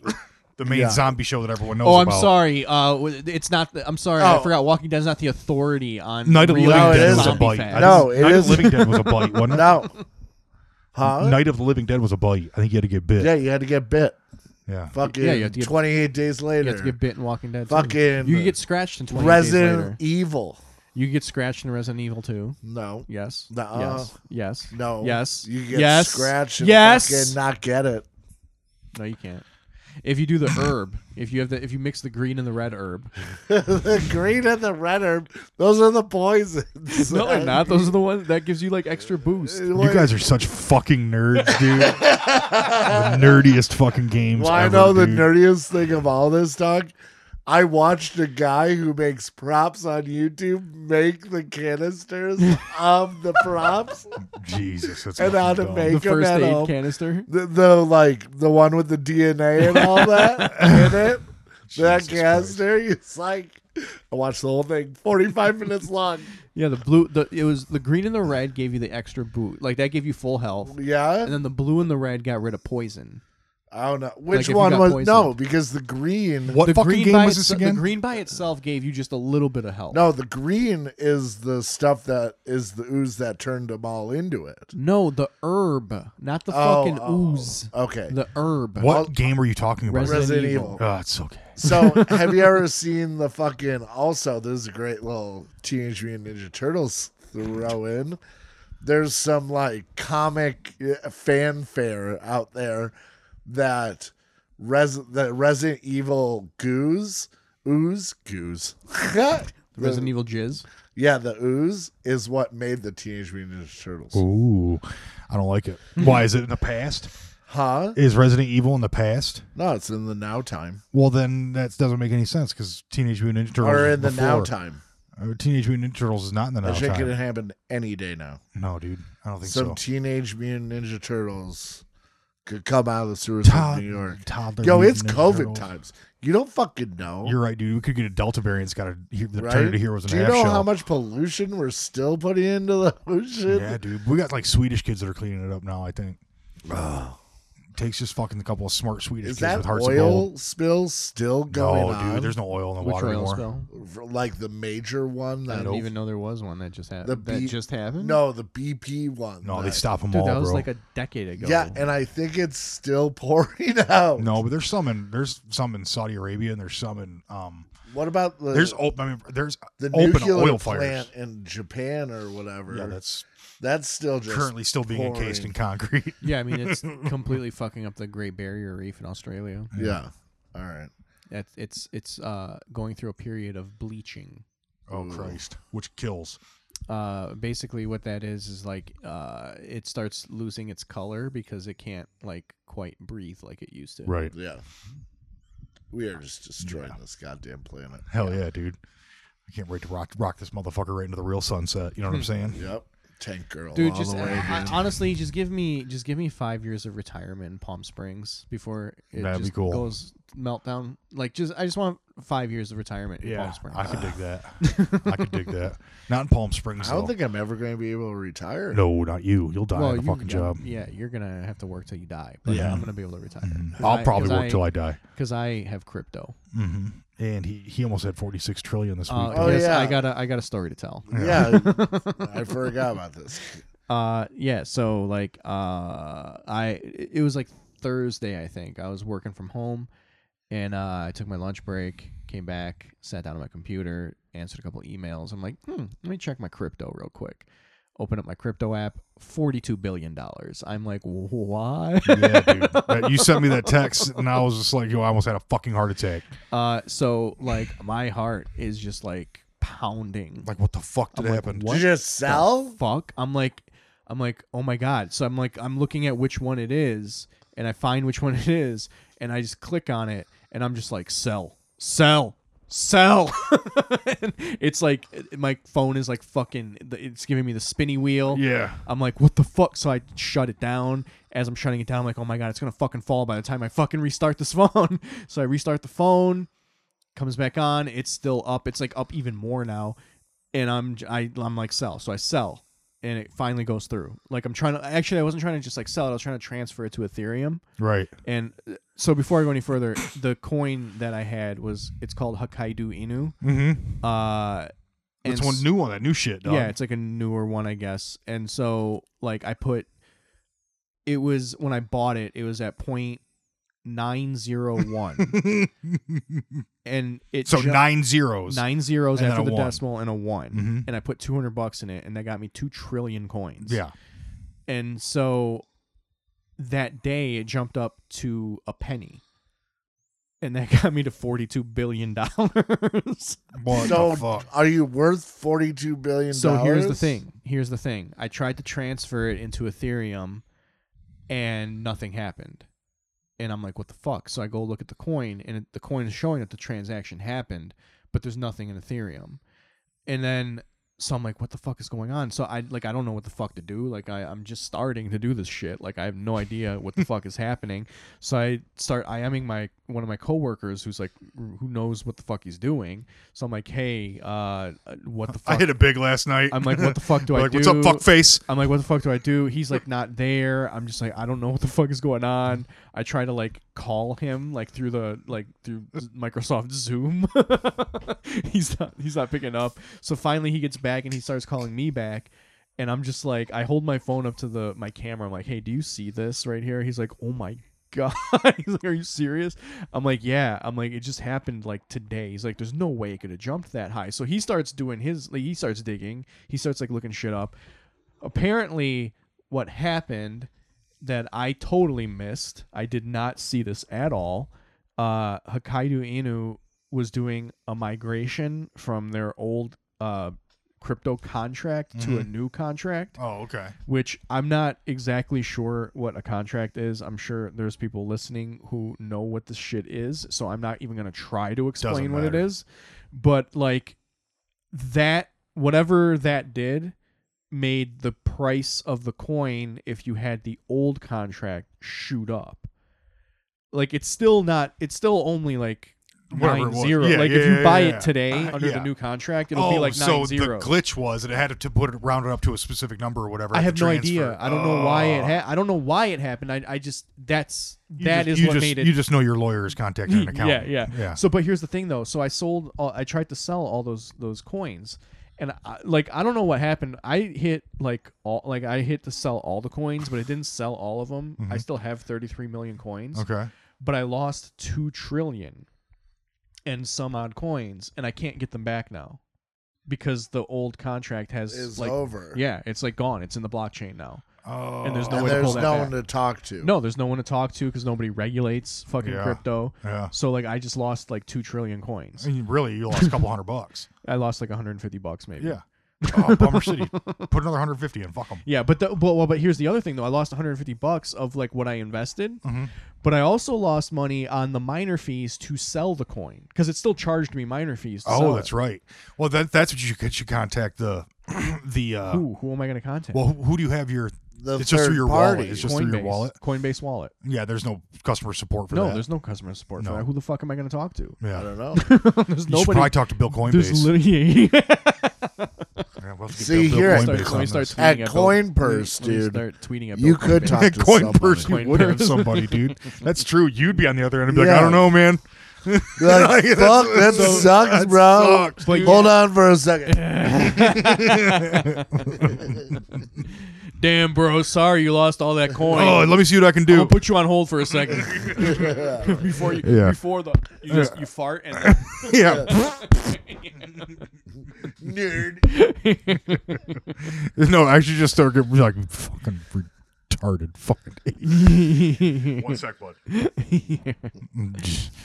Speaker 4: the main
Speaker 2: yeah.
Speaker 4: zombie show that everyone knows.
Speaker 3: Oh, I'm
Speaker 4: about.
Speaker 3: sorry. Uh, w- it's not. The, I'm sorry. I
Speaker 2: Oh.
Speaker 3: forgot. Walking Dead's not the authority on
Speaker 4: Night of the
Speaker 3: real
Speaker 4: Living
Speaker 2: No, it
Speaker 4: Dead was a
Speaker 2: isn't.
Speaker 3: zombie
Speaker 4: bite.
Speaker 3: facts.
Speaker 2: No,
Speaker 4: I
Speaker 2: it
Speaker 4: didn't- Night of
Speaker 2: isn't.
Speaker 4: the Living Dead was a bite. Wasn't
Speaker 2: *laughs*
Speaker 4: it?
Speaker 2: no. Huh?
Speaker 4: Night of the Living Dead was a bite. I think you had to get bit.
Speaker 2: Yeah, you had to get bit.
Speaker 4: Yeah.
Speaker 2: Fucking
Speaker 3: Yeah, you have to get-
Speaker 2: 28 days later.
Speaker 3: You have to get bit in Walking Dead. too.
Speaker 2: Fucking
Speaker 3: You get scratched in 20 days later.
Speaker 2: Resident Evil.
Speaker 3: You get scratched in Resident Evil 2.
Speaker 2: No.
Speaker 3: Yes.
Speaker 2: Nuh-uh.
Speaker 3: Yes. Yes.
Speaker 2: No.
Speaker 3: Yes.
Speaker 2: You get
Speaker 3: Yes.
Speaker 2: scratched and
Speaker 3: Yes.
Speaker 2: fucking not get it. *laughs*
Speaker 3: No, you can't. If you do the herb, if you have the, if you mix the green and the
Speaker 2: *laughs*
Speaker 3: red herb.
Speaker 2: the green and the red are those are the poisons.
Speaker 3: No, they're not. Those are the ones that gives you like extra boost.
Speaker 4: You guys are such fucking nerds,
Speaker 2: *laughs*
Speaker 4: dude. the nerdiest fucking games.
Speaker 2: *laughs* Well, I
Speaker 4: ever,
Speaker 2: know the
Speaker 4: dude.
Speaker 2: nerdiest thing of all this, Doug. I watched a guy who makes props on YouTube make the canisters of the
Speaker 3: *laughs*
Speaker 2: props, *laughs*
Speaker 4: Jesus, that's
Speaker 2: And
Speaker 4: fucking
Speaker 2: how to
Speaker 4: dumb.
Speaker 2: make-
Speaker 3: The
Speaker 2: Make 'em
Speaker 3: first
Speaker 2: at
Speaker 3: aid
Speaker 2: home.
Speaker 3: canister.
Speaker 2: the, the like the one with the DNA and all that in
Speaker 3: *laughs*
Speaker 2: it. that
Speaker 4: Jesus
Speaker 2: canister, it's like I watched the whole thing, forty-five minutes long.
Speaker 3: Yeah, the blue. The it was the green and the red gave you the extra boost. Like that gave you full health. And
Speaker 2: Yeah,
Speaker 3: then the blue and the red got rid of poison.
Speaker 2: I don't know
Speaker 3: if
Speaker 2: which
Speaker 3: you
Speaker 2: one
Speaker 3: got
Speaker 2: was no
Speaker 3: poisoned.
Speaker 2: because the green.
Speaker 4: What
Speaker 3: The
Speaker 4: fucking
Speaker 3: green
Speaker 4: game
Speaker 3: by
Speaker 4: was this
Speaker 3: itse-
Speaker 4: again?
Speaker 3: The green by itself gave you just a little bit of health.
Speaker 2: No, the green is the stuff that is the ooze that turned them all into it.
Speaker 3: No, the herb, not the
Speaker 2: Oh,
Speaker 3: fucking
Speaker 2: oh,
Speaker 3: ooze.
Speaker 2: Okay.
Speaker 3: The herb.
Speaker 4: what game are you talking about?
Speaker 3: Resident,
Speaker 2: Resident
Speaker 3: Evil.
Speaker 2: Evil.
Speaker 4: Oh, it's okay. *laughs*
Speaker 2: So, have you ever seen the fucking? Also, there's a great little Teenage Mutant Ninja Turtles throw in. There's some like comic uh, fanfare out there that res the Resident Evil goose ooze goose.
Speaker 3: The Resident Evil jizz.
Speaker 2: *laughs* yeah, the ooze is what made the Teenage Mutant Ninja Turtles.
Speaker 4: Ooh, I don't like it. Why is it in the past?
Speaker 2: Huh?
Speaker 4: Is Resident Evil in the past?
Speaker 2: No, it's in the now time
Speaker 4: Well, then that doesn't make any sense because Teenage Mutant Ninja Turtles
Speaker 2: or
Speaker 4: was
Speaker 2: in the
Speaker 4: before.
Speaker 2: now time.
Speaker 4: Uh, Teenage Mutant Ninja Turtles is not in the now
Speaker 2: I think it
Speaker 4: time.
Speaker 2: happen any day now.
Speaker 4: No, dude, I don't think
Speaker 2: Some
Speaker 4: so.
Speaker 2: teenage mutant ninja turtles could come out of the sewers
Speaker 4: Todd-
Speaker 2: of New York.
Speaker 4: toddler
Speaker 2: Yo,
Speaker 4: Mutant
Speaker 2: it's
Speaker 4: Ninja
Speaker 2: COVID
Speaker 4: Turtles.
Speaker 2: times. You don't fucking know.
Speaker 4: You're right, dude. We could get a Delta variant. It's got to hear the
Speaker 2: right?
Speaker 4: turn into heroes in
Speaker 2: Do
Speaker 4: a
Speaker 2: you
Speaker 4: half
Speaker 2: know
Speaker 4: shell.
Speaker 2: how much pollution we're still putting into the *laughs* ocean?
Speaker 4: yeah, dude. We got like Swedish kids that are cleaning it up now. I think. Takes just fucking a couple of smart Swedish
Speaker 2: Is
Speaker 4: kids
Speaker 2: that
Speaker 4: with hearts of gold.
Speaker 2: oil spill still going
Speaker 4: no,
Speaker 2: on?
Speaker 4: dude. There's no oil in the
Speaker 3: Which
Speaker 4: water
Speaker 3: oil
Speaker 4: anymore.
Speaker 3: spell?
Speaker 2: For, like the major one
Speaker 3: I
Speaker 2: that
Speaker 3: didn't even know there was one that just
Speaker 2: The
Speaker 3: happened.
Speaker 2: B-
Speaker 3: That just happened.
Speaker 2: no, the BP one.
Speaker 4: No, they
Speaker 2: that-
Speaker 4: stop them
Speaker 3: dude,
Speaker 4: all,
Speaker 3: that was
Speaker 4: bro.
Speaker 3: like a decade ago.
Speaker 2: Yeah, and I think it's still *laughs* pouring out.
Speaker 4: no, but there's some in there's some in Saudi Arabia and there's some in um
Speaker 2: What about the
Speaker 4: there's op- I mean there's
Speaker 2: the
Speaker 4: open
Speaker 2: nuclear
Speaker 4: oil fires.
Speaker 2: plant in Japan or whatever?
Speaker 4: Yeah, that's
Speaker 2: that's still just
Speaker 4: currently still being encased in
Speaker 2: pouring.
Speaker 4: concrete. *laughs*
Speaker 3: yeah. I mean, it's completely fucking up the Great Barrier Reef in Australia.
Speaker 2: Yeah. All right.
Speaker 3: That it's it's uh, going through a period of bleaching.
Speaker 4: Oh Christ, which kills.
Speaker 3: Uh, basically, what that is is like uh, it starts losing its color because it can't like quite breathe like it used to.
Speaker 4: Right.
Speaker 2: Yeah. We are just destroying this goddamn planet.
Speaker 4: Hell yeah, dude. I can't wait to rock rock this motherfucker right into the real sunset. You know what I'm saying?
Speaker 2: Yep. Tank girl.
Speaker 3: Dude,
Speaker 2: all
Speaker 3: just
Speaker 2: the way,
Speaker 3: I-
Speaker 2: dude.
Speaker 4: *laughs*
Speaker 3: I- honestly, just give me just give me five years of retirement in Palm Springs before it
Speaker 4: That'd be
Speaker 3: just
Speaker 4: cool.
Speaker 3: goes meltdown. Like, just I just want five years of retirement in
Speaker 4: Yeah,
Speaker 3: Palm Springs.
Speaker 4: I could dig *laughs* that. I could dig that. Not in Palm Springs.
Speaker 2: I don't
Speaker 4: though.
Speaker 2: think I'm ever going to be able to retire.
Speaker 4: No, not you. You'll die
Speaker 3: well,
Speaker 4: on the
Speaker 3: you-
Speaker 4: fucking
Speaker 3: yeah,
Speaker 4: job.
Speaker 3: Yeah, you're gonna have to work till you die. But
Speaker 4: Yeah. Mm-hmm.
Speaker 3: I'm gonna be able to retire.
Speaker 4: I'll probably work till I die.
Speaker 3: because I have crypto.
Speaker 4: hmm And he, he almost had 46 trillion this week.
Speaker 3: Uh,
Speaker 2: Oh,
Speaker 3: yes,
Speaker 2: yeah.
Speaker 3: I got a I got a story to tell.
Speaker 2: Yeah. *laughs* I forgot about
Speaker 4: *laughs*
Speaker 2: this.
Speaker 3: Uh, yeah. So like, uh, I it was like Thursday, I think. I was working from home, and uh, I took my lunch break, came back, sat down on my computer, answered a couple emails. I'm like, hmm, let me check my crypto real quick. Open up my crypto app, forty-two billion dollars. I'm like, why?
Speaker 4: yeah, dude. That- You sent me that text, and I was just like, yo, I almost had a fucking heart attack.
Speaker 3: *laughs* uh, so like, my heart is just like pounding.
Speaker 4: Like, what the fuck
Speaker 3: I'm
Speaker 4: did
Speaker 3: like,
Speaker 4: happen?
Speaker 3: what
Speaker 2: Did you just sell?
Speaker 3: fuck i'm like i'm like oh my god so i'm like i'm looking at which one it is and i find which one *laughs* it is and i just click on it and i'm just like sell sell sell *laughs* And it's like it- my phone is like fucking it's giving me the spinny wheel
Speaker 4: Yeah.
Speaker 3: i'm like what the fuck so i shut it down as i'm shutting it down I'm like oh my god it's gonna fucking fall by the *laughs* time i fucking restart this phone so i restart the phone comes back on it's still up it's like up even more now and i'm j- I, am i am like sell so i sell and it finally goes through like i'm trying to actually i wasn't trying to just like sell it i was trying to transfer it to ethereum
Speaker 4: Right.
Speaker 3: and uh, so before i go any further the coin that i had was it's called hokkaido inu
Speaker 4: Mm-hmm.
Speaker 3: uh and
Speaker 4: It's one new one, that new shit, dog.
Speaker 3: yeah, it's like a newer one, I guess. And so, like, I put it was when I bought it, it was at point
Speaker 4: *laughs*
Speaker 3: 901. and it
Speaker 4: So
Speaker 3: ju-
Speaker 4: nine zeros.
Speaker 3: nine zeros
Speaker 4: and then
Speaker 3: after
Speaker 4: a
Speaker 3: the
Speaker 4: one.
Speaker 3: decimal and a one.
Speaker 4: Mhm.
Speaker 3: And I put 200 bucks in it and that got me 2 trillion coins.
Speaker 4: Yeah.
Speaker 3: And so that day it jumped up to a penny. And that *laughs* got me to 42 billion dollars.
Speaker 4: What
Speaker 2: so
Speaker 4: the fuck?
Speaker 2: are you worth forty two billion
Speaker 3: So here's the thing. Here's the thing. I tried to transfer it into Ethereum and nothing happened. And I'm like, what the fuck? So I go look at the coin and it, the coin is showing that the transaction happened, but there's nothing in Ethereum. And then so I'm like, what the fuck is going on? So I like I don't know what the fuck to do. Like I, I'm just starting to do this shit. Like I have no idea what the fuck is happening. So I start IMing my one of my coworkers who's like who knows what the fuck he's doing. So I'm like, hey, uh what the fuck
Speaker 4: *laughs* I hit a big last night.
Speaker 3: I'm like, what
Speaker 4: *laughs*
Speaker 3: the fuck do I
Speaker 4: like, What's up,
Speaker 3: do?"
Speaker 4: fuckface?
Speaker 3: I'm like, what the fuck do I do? He's like not there. I'm just like, I don't know what the fuck is going on. I try to like call him like through the like through Microsoft Zoom. *laughs* he's not he's not picking up. So finally he gets back and he starts calling me back. And I'm just like, I hold my phone up to the my camera. I'm like, hey, do you see this right here? He's like, oh my *laughs* god. He's like, are you serious? I'm like, yeah. I'm like, it just happened like today. He's like, there's no way it could have jumped that high. So he starts doing his, like, he starts digging. He starts like looking shit up apparently what happened that I totally missed. I did not see this at all. Uh, Hokkaido Inu was doing a migration from their old uh, crypto contract to a new contract
Speaker 4: Oh, okay.
Speaker 3: which I'm not exactly sure what a contract is. I'm sure there's people listening who know what this shit is, so I'm not even going to try to explain what it
Speaker 4: matter.
Speaker 3: is. But like that whatever that did made the price of the coin if you had the old contract shoot up. Like it's still not it's still only like
Speaker 4: Whatever it
Speaker 3: nine
Speaker 4: was.
Speaker 3: zero.
Speaker 4: Yeah,
Speaker 3: like
Speaker 4: yeah,
Speaker 3: if you
Speaker 4: yeah,
Speaker 3: buy
Speaker 4: yeah.
Speaker 3: it today
Speaker 4: Uh,
Speaker 3: under
Speaker 4: yeah.
Speaker 3: the new contract, it'll
Speaker 4: oh,
Speaker 3: be like
Speaker 4: so
Speaker 3: nine zero.
Speaker 4: the glitch was that it had to put it rounded up to a specific number or whatever.
Speaker 3: I
Speaker 4: at the
Speaker 3: have no
Speaker 4: transfer.
Speaker 3: idea. I don't know why it.
Speaker 4: Oh.
Speaker 3: Ha- I don't know why it happened. I, I just that's
Speaker 4: You
Speaker 3: that
Speaker 4: just-
Speaker 3: is
Speaker 4: you
Speaker 3: what
Speaker 4: just,
Speaker 3: made it. *laughs*
Speaker 4: You just know your lawyer is contacting an
Speaker 3: yeah,
Speaker 4: accountant.
Speaker 3: yeah, *laughs*
Speaker 4: yeah.
Speaker 3: So, but here's the thing though. So I sold. All, I tried to sell all those those coins, and I, like I don't know what happened. I hit like all like I hit to sell all the coins, but it didn't sell all of them. I still have 33 million coins,
Speaker 4: Mm-hmm. Okay.
Speaker 3: but I lost two trillion and some odd coins, and I can't get them back now because the old contract has
Speaker 2: is
Speaker 3: like
Speaker 2: over.
Speaker 3: yeah, it's like gone. It's in the blockchain now.
Speaker 4: Oh.
Speaker 3: And there's no
Speaker 2: And
Speaker 3: way to pull
Speaker 2: there's
Speaker 3: that
Speaker 2: no one
Speaker 3: back.
Speaker 2: to talk to.
Speaker 3: No, there's no one to talk to because nobody regulates fucking
Speaker 4: Yeah.
Speaker 3: crypto.
Speaker 4: Yeah.
Speaker 3: So like, I just lost like two trillion coins.
Speaker 4: And you- really, you lost a couple hundred bucks.
Speaker 3: *laughs* I lost like 150 bucks maybe.
Speaker 4: Yeah. Oh, bummer city. Put another 150 and fuck them.
Speaker 3: Yeah, but the, but well, but here's the other thing though. I lost 150 bucks of like what I invested,
Speaker 4: Mhm.
Speaker 3: but I also lost money on the miner fees to sell the coin because it still charged me miner fees. To
Speaker 4: Oh, that's right. Well, that that's what you could should contact the *clears throat* the uh
Speaker 3: Who who am I going to contact?
Speaker 4: well who, who do you have your
Speaker 2: The
Speaker 4: it's just through
Speaker 2: third
Speaker 4: your wallet.
Speaker 2: party.
Speaker 4: It's just through your
Speaker 3: Coinbase.
Speaker 4: wallet.
Speaker 3: Coinbase wallet.
Speaker 4: Yeah, there's no customer support for
Speaker 3: No,
Speaker 4: that.
Speaker 3: there's no customer support
Speaker 4: No.
Speaker 3: for that. Who the fuck am I going to talk to? *laughs*
Speaker 2: I
Speaker 4: yeah.
Speaker 2: don't know.
Speaker 3: there's
Speaker 4: You should
Speaker 3: nobody.
Speaker 4: probably talk to Bill Coinbase.
Speaker 3: there's literally *laughs*
Speaker 4: Yeah, we'll have to get
Speaker 2: See,
Speaker 4: Bill- Bill
Speaker 2: here at-
Speaker 4: Coinbase
Speaker 3: Let me
Speaker 4: on
Speaker 3: start, let
Speaker 2: At
Speaker 3: me start tweeting
Speaker 4: this.
Speaker 3: at Bill-
Speaker 2: Coinpurse,
Speaker 3: let me- let me
Speaker 2: dude.
Speaker 3: Start tweeting at Bill
Speaker 2: You could
Speaker 3: Coinbase.
Speaker 2: talk
Speaker 4: At
Speaker 2: to somebody.
Speaker 4: Coinbase, you would have somebody, dude. That's true. You'd be on the other end and be like, I
Speaker 2: Yeah.
Speaker 4: don't know, man.
Speaker 3: *laughs*
Speaker 2: Like,
Speaker 4: Like,
Speaker 2: fuck, that
Speaker 4: that's-
Speaker 2: sucks,
Speaker 4: that
Speaker 2: bro.
Speaker 4: sucks,
Speaker 3: But dude.
Speaker 2: Hold on for a second.
Speaker 4: *laughs*
Speaker 3: Damn, bro. Sorry you lost all that coin.
Speaker 4: Oh, let me see what I can
Speaker 3: I'll
Speaker 4: do.
Speaker 3: put you on hold for a second before you
Speaker 4: Yeah.
Speaker 3: before the you just you fart and then-
Speaker 4: *laughs* yeah.
Speaker 2: Nerd.
Speaker 4: *laughs* no, actually just start getting like fucking retarded fucking
Speaker 2: *laughs*
Speaker 4: *laughs* One sec, bud.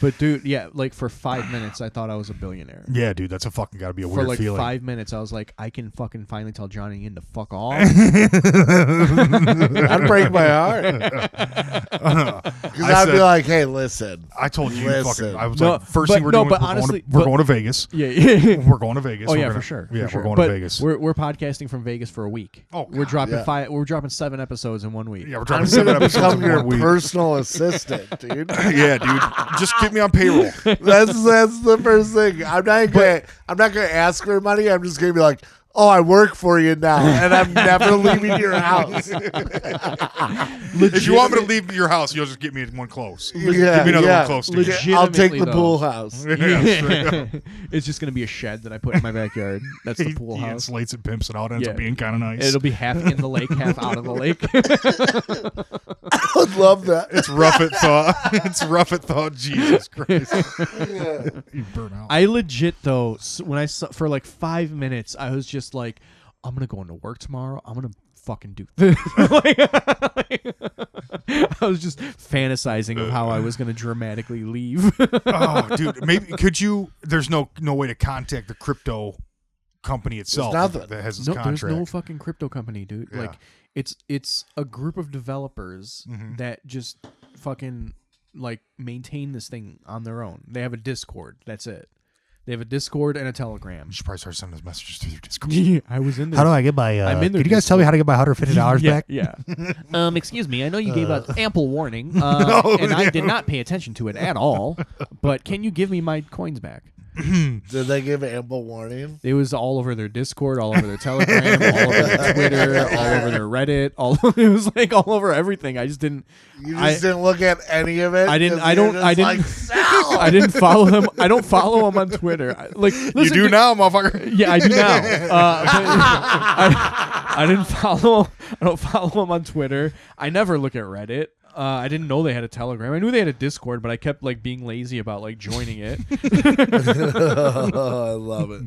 Speaker 3: but dude yeah like for five minutes I thought I was a billionaire
Speaker 4: Yeah, dude, that's a fucking gotta be a
Speaker 3: for
Speaker 4: weird
Speaker 3: like
Speaker 4: feeling.
Speaker 3: five minutes I was like I can fucking finally tell Johnny Yin to fuck
Speaker 4: *laughs*
Speaker 3: off
Speaker 2: I'd break my heart.
Speaker 4: *laughs*
Speaker 2: Because
Speaker 4: I
Speaker 2: I'd be
Speaker 4: said-
Speaker 2: like, hey, listen.
Speaker 4: I told you, fucking.
Speaker 2: Listen.
Speaker 4: I was
Speaker 3: No,
Speaker 4: like, first
Speaker 3: but-
Speaker 4: thing we're
Speaker 3: no,
Speaker 4: doing,
Speaker 3: but
Speaker 4: is we're,
Speaker 3: honestly-
Speaker 4: going to, we're
Speaker 3: but-
Speaker 4: going to Vegas.
Speaker 3: yeah yeah
Speaker 4: We're going to Vegas.
Speaker 3: oh
Speaker 4: We're
Speaker 3: yeah
Speaker 4: gonna-
Speaker 3: for sure
Speaker 4: Yeah,
Speaker 3: for sure.
Speaker 4: we're going
Speaker 3: but
Speaker 4: to Vegas.
Speaker 3: we're we're podcasting from Vegas for a week
Speaker 4: Oh,
Speaker 3: we're
Speaker 4: God.
Speaker 3: dropping
Speaker 2: Yeah.
Speaker 3: five we're dropping seven episodes in one week
Speaker 4: yeah, we're
Speaker 2: I'm
Speaker 4: trying to
Speaker 2: going
Speaker 4: seven
Speaker 2: to
Speaker 4: episodes in
Speaker 2: become your
Speaker 4: one week.
Speaker 2: personal
Speaker 4: *laughs*
Speaker 2: assistant, dude.
Speaker 4: yeah, dude, just get me
Speaker 3: *laughs*
Speaker 4: on payroll.
Speaker 2: That's that's the first thing. I'm not gonna I'm not gonna ask for money. I'm just gonna be like, "Oh, I work for you now, and I'm never leaving your
Speaker 4: *laughs*
Speaker 2: house."
Speaker 4: if you want me to leave your house, you'll just get me one close.
Speaker 2: Yeah,
Speaker 4: Give me another
Speaker 2: yeah.
Speaker 4: one close to you.
Speaker 3: Legit-
Speaker 2: I'll take
Speaker 3: Legitimately,
Speaker 2: the
Speaker 3: though.
Speaker 2: pool
Speaker 4: *laughs*
Speaker 2: house. *laughs*
Speaker 4: *laughs*
Speaker 3: *laughs*
Speaker 4: Yeah, straight up.
Speaker 3: it's just gonna be a shed that I put in my backyard. That's the
Speaker 4: *laughs* He-
Speaker 3: pool
Speaker 4: he
Speaker 3: house.
Speaker 4: insulates and pimps it out. Ends up
Speaker 3: Yeah.
Speaker 4: being kind of nice.
Speaker 3: It'll be half in the lake, half out of the lake.
Speaker 2: I would love that.
Speaker 4: *laughs* it's rough at thought. *laughs* it's rough at
Speaker 3: *laughs*
Speaker 4: thought. Jesus Christ! you burn out.
Speaker 3: I legit though, s- when I saw, for like five minutes, I was just like, I'm gonna go into work tomorrow. I'm gonna fucking do this. *laughs* Like- *laughs* I was just fantasizing of how I was gonna dramatically leave. *laughs*
Speaker 4: oh, dude, maybe could you? There's no no way to contact the crypto company itself
Speaker 2: nothing.
Speaker 4: that has this
Speaker 3: no,
Speaker 4: contract.
Speaker 3: there's no fucking crypto company, dude.
Speaker 4: Yeah.
Speaker 3: Like it's it's a group of developers
Speaker 5: Mm-hmm.
Speaker 3: that just fucking like maintain this thing on their own. They have a Discord. That's it. They have a Discord and a Telegram.
Speaker 4: you should probably start sending us messages through your Discord.
Speaker 3: *laughs* I was in there.
Speaker 5: How do I get my? Uh,
Speaker 3: I'm in their
Speaker 5: could you guys tell me how to get my hundred fifty dollars
Speaker 3: yeah,
Speaker 5: back?
Speaker 3: Yeah. *laughs* um, excuse me. I know you gave
Speaker 4: Uh.
Speaker 3: us ample
Speaker 4: *laughs*
Speaker 3: warning, uh, and I did not pay attention to it at all. But can you give me my coins back?
Speaker 2: Did they give ample warning?
Speaker 3: It was all over their Discord, all over their Telegram, all over their
Speaker 4: *laughs*
Speaker 3: Twitter, all over their Reddit. All *laughs* it was like all over everything. I just didn't.
Speaker 2: You just
Speaker 3: I,
Speaker 2: didn't look at any of it.
Speaker 3: I didn't.
Speaker 2: 'cause
Speaker 3: I
Speaker 2: you're
Speaker 3: don't.
Speaker 2: just
Speaker 3: I didn't. *laughs*
Speaker 2: Like, "Sell!"
Speaker 3: I didn't follow them. I don't follow them on Twitter. I- Like
Speaker 4: you
Speaker 3: listen
Speaker 4: do
Speaker 3: to-
Speaker 4: now, motherfucker.
Speaker 3: Yeah, I do now. Uh, but I, I didn't follow. I don't follow him on Twitter. I never look at Reddit. Uh, I didn't know they had a Telegram. I knew they had a Discord, but I kept like being lazy about like joining it.
Speaker 2: Oh, *laughs* I love it.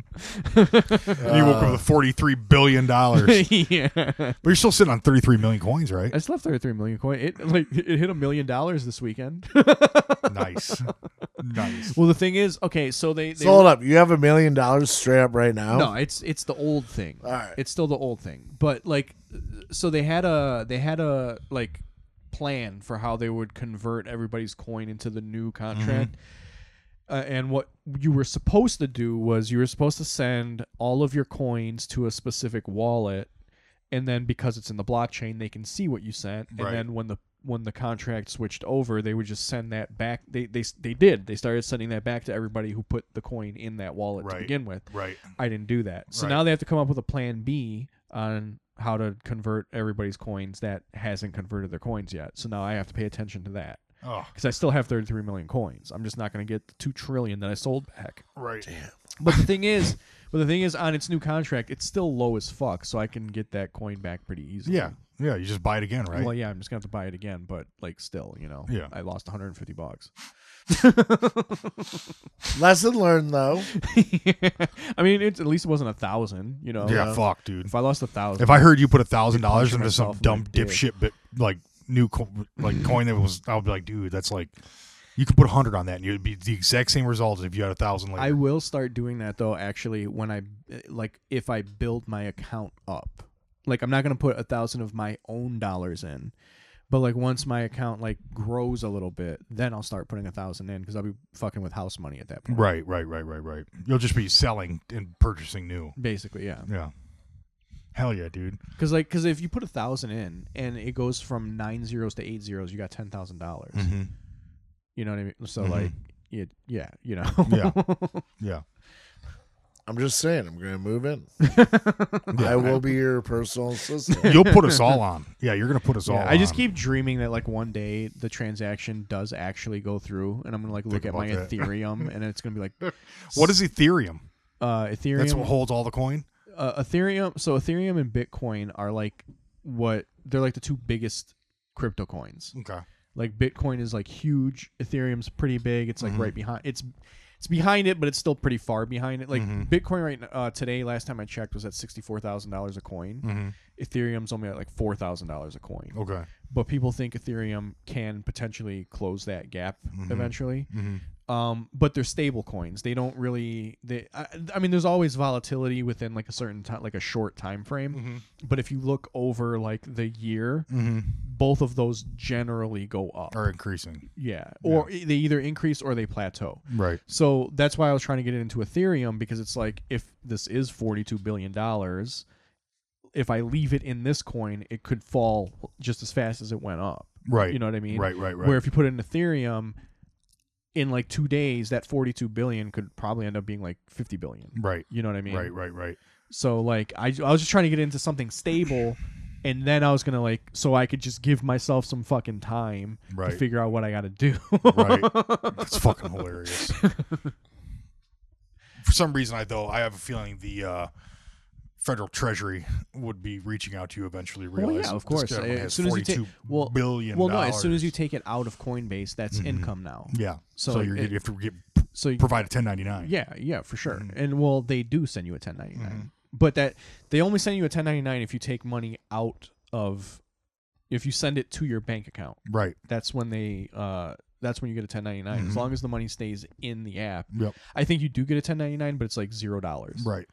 Speaker 4: you woke up with forty three billion
Speaker 3: *laughs*
Speaker 4: dollars,
Speaker 3: yeah,
Speaker 4: but you're still sitting on thirty three million
Speaker 3: *laughs*
Speaker 4: coins, right?
Speaker 3: I still have thirty-three million coin. It like it hit a million dollars this weekend.
Speaker 4: nice, nice.
Speaker 3: well, the thing is, okay, so they, they
Speaker 2: So hold up. You have a million dollars straight up right now.
Speaker 3: No, it's it's the old thing.
Speaker 2: Alright.
Speaker 3: It's still the old thing. But like so they had a they had a like plan for how they would convert everybody's coin into the new contract.
Speaker 4: Mm-hmm.
Speaker 3: Uh, and what you were supposed to do was you were supposed to send all of your coins to a specific wallet and then because it's in the blockchain they can see what you sent and
Speaker 4: Right.
Speaker 3: then when the when the contract switched over they would just send that back they, they they did they started sending that back to everybody who put the coin in that wallet to
Speaker 4: Right.
Speaker 3: begin with
Speaker 4: Right.
Speaker 3: I didn't do that. So
Speaker 4: Right.
Speaker 3: now they have to come up with a plan B on how to convert everybody's coins that hasn't converted their coins yet. So now I have to pay attention to that
Speaker 4: Oh,
Speaker 3: because I still have 33 million coins. I'm just not going to get the 2 trillion that I sold back.
Speaker 4: right.
Speaker 3: But the thing is, *laughs* but the thing is on its new contract, it's still low as fuck, so I can get that coin back pretty easily.
Speaker 4: Yeah, yeah. You just buy it again, right?
Speaker 3: Well, yeah, I'm just going to have to buy it again, but like still, you know.
Speaker 4: Yeah.
Speaker 3: I lost 150 bucks.
Speaker 2: *laughs*
Speaker 3: *laughs*
Speaker 2: Lesson learned though.
Speaker 3: I mean, it's at least it wasn't a 1000, you know.
Speaker 4: yeah, Fuck, dude.
Speaker 3: If I lost a 1000
Speaker 4: If I heard you put a thousand dollars into
Speaker 3: myself
Speaker 4: some
Speaker 3: in
Speaker 4: dumb
Speaker 3: the dick.
Speaker 4: dipshit, but like new co- like coin that was, I would be like, dude, that's like, you could put a hundred on that, and it'd be the exact same result as if you had a thousand
Speaker 3: I
Speaker 4: later.
Speaker 3: will start doing that though. Actually, when I eh, like, if I build my account up, like I'm not gonna put a thousand of my own dollars in, but like once my account like grows a little bit, then I'll start putting a thousand in because I'll be fucking with house money at that point.
Speaker 4: right, right, right, right, right. You'll just be selling and purchasing new.
Speaker 3: Basically, yeah.
Speaker 4: Yeah. Hell yeah, dude.
Speaker 3: Because like, because if you put a thousand in and it goes from nine zeros to eight zeros, you got ten thousand dollars.
Speaker 4: Mm-hmm.
Speaker 2: Mm-hmm.
Speaker 3: You know what I mean? So like, it, yeah, you know. *laughs*
Speaker 4: Yeah. Yeah.
Speaker 2: I'm just saying. I'm gonna move
Speaker 3: *laughs*
Speaker 2: in. I will be your personal
Speaker 3: *laughs*
Speaker 2: assistant.
Speaker 4: You'll put us all on. Yeah, you're gonna put us all.
Speaker 3: Yeah, I just
Speaker 4: on.
Speaker 3: keep dreaming that like one day the transaction does actually go through, and I'm gonna like look at my
Speaker 4: about that.
Speaker 3: Ethereum, and it's gonna be like
Speaker 4: *laughs* What is Ethereum?
Speaker 3: uh, Ethereum.
Speaker 4: That's what holds all the coin.
Speaker 3: uh, Ethereum. So Ethereum and Bitcoin are like what they're like the two biggest crypto coins.
Speaker 4: Okay.
Speaker 3: Like Bitcoin is like huge. Ethereum's pretty big. It's like
Speaker 4: Mm-hmm.
Speaker 3: right behind. It's it's behind it, but it's still pretty far behind it. Like
Speaker 4: Mm-hmm.
Speaker 3: Bitcoin right n- uh, today, last time I checked, was at sixty four thousand dollars a coin.
Speaker 4: Mm-hmm.
Speaker 3: Ethereum's only at like four thousand dollars a coin
Speaker 4: Okay.
Speaker 3: but people think Ethereum can potentially close that gap
Speaker 4: Mm-hmm.
Speaker 3: eventually. Um, but they're stable coins. They don't really. They, I, I mean, there's always volatility within like a certain time, like a short time frame.
Speaker 4: Mm-hmm.
Speaker 3: But if you look over like the year,
Speaker 4: Mm-hmm.
Speaker 3: both of those generally go up.
Speaker 4: Are increasing.
Speaker 3: Yeah, or e- they either increase or they plateau.
Speaker 4: Right.
Speaker 3: So that's why I was trying to get it into Ethereum because it's like if this is forty-two billion dollars, if I leave it in this coin, it could fall just as fast as it went up.
Speaker 4: Right.
Speaker 3: You know what I mean?
Speaker 4: Right. Right. Right.
Speaker 3: Where if you put it in Ethereum, in like two days, that forty-two billion could probably end up being like fifty billion.
Speaker 4: right.
Speaker 3: You know what I mean?
Speaker 4: Right. Right. Right.
Speaker 3: So like I, I was just trying to get into something stable, and then I was gonna like so I could just give myself some fucking time
Speaker 4: Right.
Speaker 3: to figure out what I got to do.
Speaker 4: *laughs* right?
Speaker 3: *laughs*
Speaker 4: That's fucking hilarious. For some reason, I though I have a feeling the uh, federal treasury would be reaching out to you eventually. to
Speaker 3: Well,
Speaker 4: Realize
Speaker 3: yeah, of
Speaker 4: this
Speaker 3: course.
Speaker 4: gentleman
Speaker 3: Uh,
Speaker 4: has
Speaker 3: as soon as you take
Speaker 4: 42
Speaker 3: well,
Speaker 4: billion
Speaker 3: well, no, as soon as you
Speaker 4: dollars.
Speaker 3: take it out of Coinbase, that's income now.
Speaker 4: Mm-hmm. yeah,
Speaker 3: so
Speaker 4: so,
Speaker 3: like,
Speaker 4: you're,
Speaker 3: it-
Speaker 4: you have to get
Speaker 3: So you-
Speaker 4: provide Mm-hmm. a 1099.
Speaker 3: yeah, yeah, for sure. And well, they do send you a 1099,
Speaker 4: Mm-hmm.
Speaker 3: but that they only send you a 1099 if you take money out of if you send it to your bank account.
Speaker 4: right.
Speaker 3: That's when they uh that's when you get a 1099.
Speaker 4: Mm-hmm.
Speaker 3: As long as the money stays in the app.
Speaker 4: Yep.
Speaker 3: I think you do get a 1099, but it's like zero dollars.
Speaker 4: Right.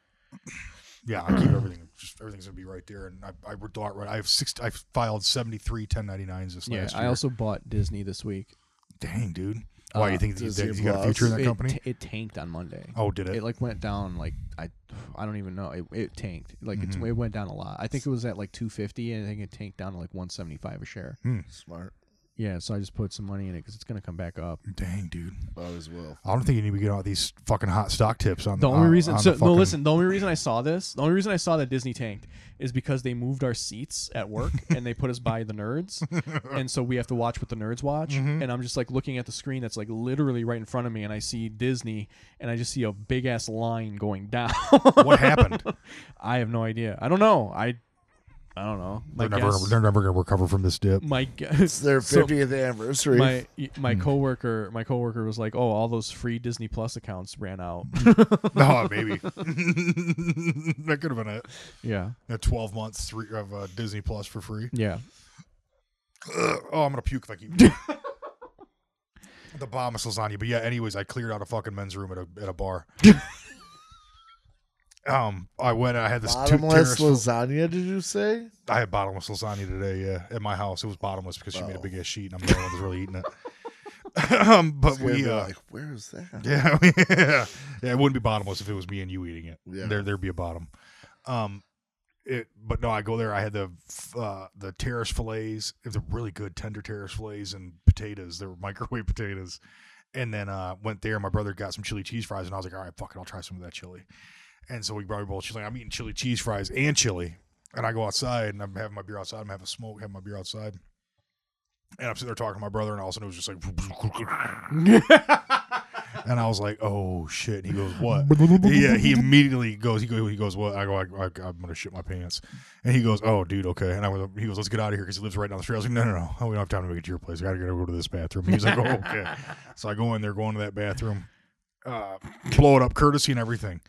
Speaker 4: Yeah, I keep everything. Just everything's gonna be right there, and I, I would thought right. I have six. I filed 73 1099s this
Speaker 3: Yeah,
Speaker 4: last year.
Speaker 3: I also bought Disney this week.
Speaker 4: Dang, dude. Why you think that-
Speaker 2: Disney
Speaker 4: that you got a
Speaker 2: Plus.
Speaker 4: future in that
Speaker 3: it,
Speaker 4: company?
Speaker 3: t- it tanked on Monday.
Speaker 4: oh, did it?
Speaker 3: It like went down like I, I don't even know. It, it tanked like it's
Speaker 4: Mm-hmm.
Speaker 3: it went down a lot. I think it was at like 250, and I think it tanked down to like 175 a share.
Speaker 4: Mm.
Speaker 2: Smart.
Speaker 3: Yeah, so I just put some money in it because it's gonna come back up.
Speaker 4: Dang, dude.
Speaker 2: Always will.
Speaker 4: I don't think you need to get all these fucking hot stock tips on
Speaker 3: The only
Speaker 4: on-
Speaker 3: reason,
Speaker 4: on
Speaker 3: so
Speaker 4: the
Speaker 3: no,
Speaker 4: fucking-
Speaker 3: listen. The only reason I saw this, the only reason I saw that Disney tanked is because they moved our seats at
Speaker 4: *laughs*
Speaker 3: work and they put us by the nerds, and so we have to watch what the nerds watch.
Speaker 4: Mm-hmm.
Speaker 3: And I'm just like looking at the screen that's like literally right in front of me, and I see Disney, and I just see a big ass line going *laughs* down.
Speaker 4: *laughs* What happened?
Speaker 3: *laughs* I have no idea. I don't know. I, I don't know. My
Speaker 4: they're never
Speaker 3: guess,
Speaker 4: they're never gonna recover from
Speaker 3: *laughs*
Speaker 4: this dip.
Speaker 3: my guess.
Speaker 2: It's their
Speaker 3: so-
Speaker 2: 50th anniversary.
Speaker 3: my y-
Speaker 4: Hmm.
Speaker 3: my coworker my coworker was like, "Oh, all those free Disney Plus accounts ran
Speaker 4: *laughs*
Speaker 3: out."
Speaker 4: oh, maybe *laughs* that could have been it.
Speaker 3: yeah,
Speaker 4: Yeah, 12 months three of uh, Disney Plus for free.
Speaker 3: yeah.
Speaker 4: Ugh. *clears throat* Oh, I'm gonna puke if I keep. the bomb is lasagna, but yeah. Anyways, I cleared out a fucking men's room at a at a bar. um, I went. I had this two
Speaker 2: Bottomless
Speaker 4: terrace.
Speaker 2: lasagna, did you say?
Speaker 4: I had bottomless lasagna today. Yeah, at my house, it was bottomless because she made a
Speaker 2: Wow.
Speaker 4: big ass sheet, and I'm the only one that's really eating it. *laughs* um, but
Speaker 2: It's gonna
Speaker 4: we
Speaker 2: be
Speaker 4: uh,
Speaker 2: like, where is that?
Speaker 4: *laughs* yeah, yeah, yeah. It wouldn't be bottomless if it was me and you eating it.
Speaker 2: Yeah.
Speaker 4: There, there'd be a bottom. Um, it, but no, I go there. I had the f- uh, the terrace fillets. They're really good tender terrace fillets and potatoes. They were *laughs* microwave potatoes. And then uh, went there. My brother got some chili cheese fries, and I was like, "All right, fuck it, I'll try some of that chili." And so we brought both. She's like, "I'm eating chili cheese fries and chili." And I go outside, and I'm having my beer outside. I'm having a smoke, having my beer outside. And I'm sitting there talking to my brother, and all of a sudden it was just like, *laughs* and I was like, "Oh shit!" And he goes, "What?" yeah, he immediately goes, "He goes, he goes, what?" I go, I, I, "I'm gonna shit my pants," and he goes, "Oh, dude, okay." And I was, he goes, "Let's get out of here," because he lives right down the street. I was like, "No, no, no, we don't have time to make it to your place. I gotta, gotta go to this bathroom." He was like, "Oh, okay." so I go in there, go into that bathroom, uh, blow it up, courtesy and everything,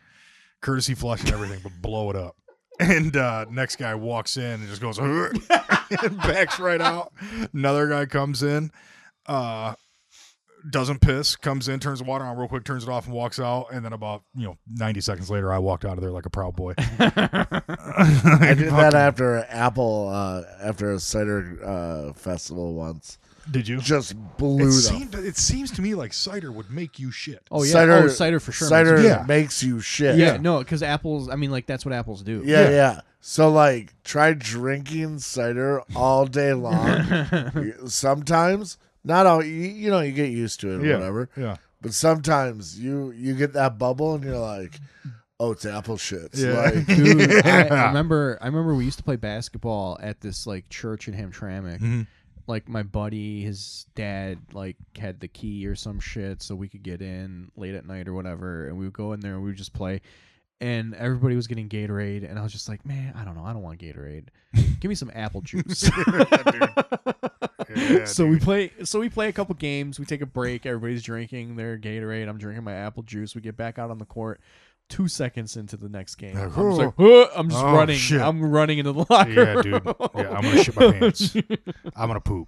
Speaker 4: courtesy flush and everything, but blow it up. And uh, next guy walks in and just goes *laughs* and backs right out. Another guy comes in, uh, doesn't piss, comes in, turns the water on real quick, turns it off, and walks out. And then about you know ninety seconds later, I walked out of there like a proud boy.
Speaker 2: I did that uh, after Apple, uh, after a cider uh, festival once.
Speaker 4: Did you?
Speaker 2: Just
Speaker 4: It
Speaker 2: blew the
Speaker 4: seemed, it seems to me like cider would make you shit.
Speaker 3: Oh yeah,
Speaker 2: Cider-
Speaker 3: oh cider for sure.
Speaker 2: Cider
Speaker 3: makes-
Speaker 4: Yeah.
Speaker 2: makes you shit.
Speaker 3: yeah, no, because apples. I mean, like that's what apples do.
Speaker 2: Yeah,
Speaker 4: Yeah.
Speaker 2: yeah. So like try drinking cider all day
Speaker 4: *laughs*
Speaker 2: long. sometimes not all you, you know you get used to it or
Speaker 4: Yeah.
Speaker 2: whatever.
Speaker 4: Yeah.
Speaker 2: But sometimes you you get that bubble and you're like, "Oh, it's apple shit." It's
Speaker 4: Yeah.
Speaker 2: Like,
Speaker 4: *laughs*
Speaker 3: Dude, I, I
Speaker 4: Yeah.
Speaker 3: remember. I remember we used to play basketball at this like church in Hamtramck.
Speaker 2: Mm-hmm.
Speaker 4: Mhm.
Speaker 3: Like my buddy, his dad like had the key or some shit, so we could get in late at night or whatever, and we would go in there and we would just play. And everybody was getting Gatorade, and I was just like, man, I don't know, I don't want Gatorade. Give me some apple juice.
Speaker 4: *laughs* Yeah,
Speaker 3: so
Speaker 4: dude.
Speaker 3: we play so we play a couple games we take a break everybody's drinking their gatorade i'm drinking my apple juice we get back out on the court two seconds into the next game i'm just, like, "Huh," I'm just
Speaker 4: Oh,
Speaker 3: running
Speaker 4: shit.
Speaker 3: i'm running into the locker
Speaker 4: Yeah, dude.
Speaker 3: room.
Speaker 4: Yeah, I'm gonna shit my pants. I'm gonna poop.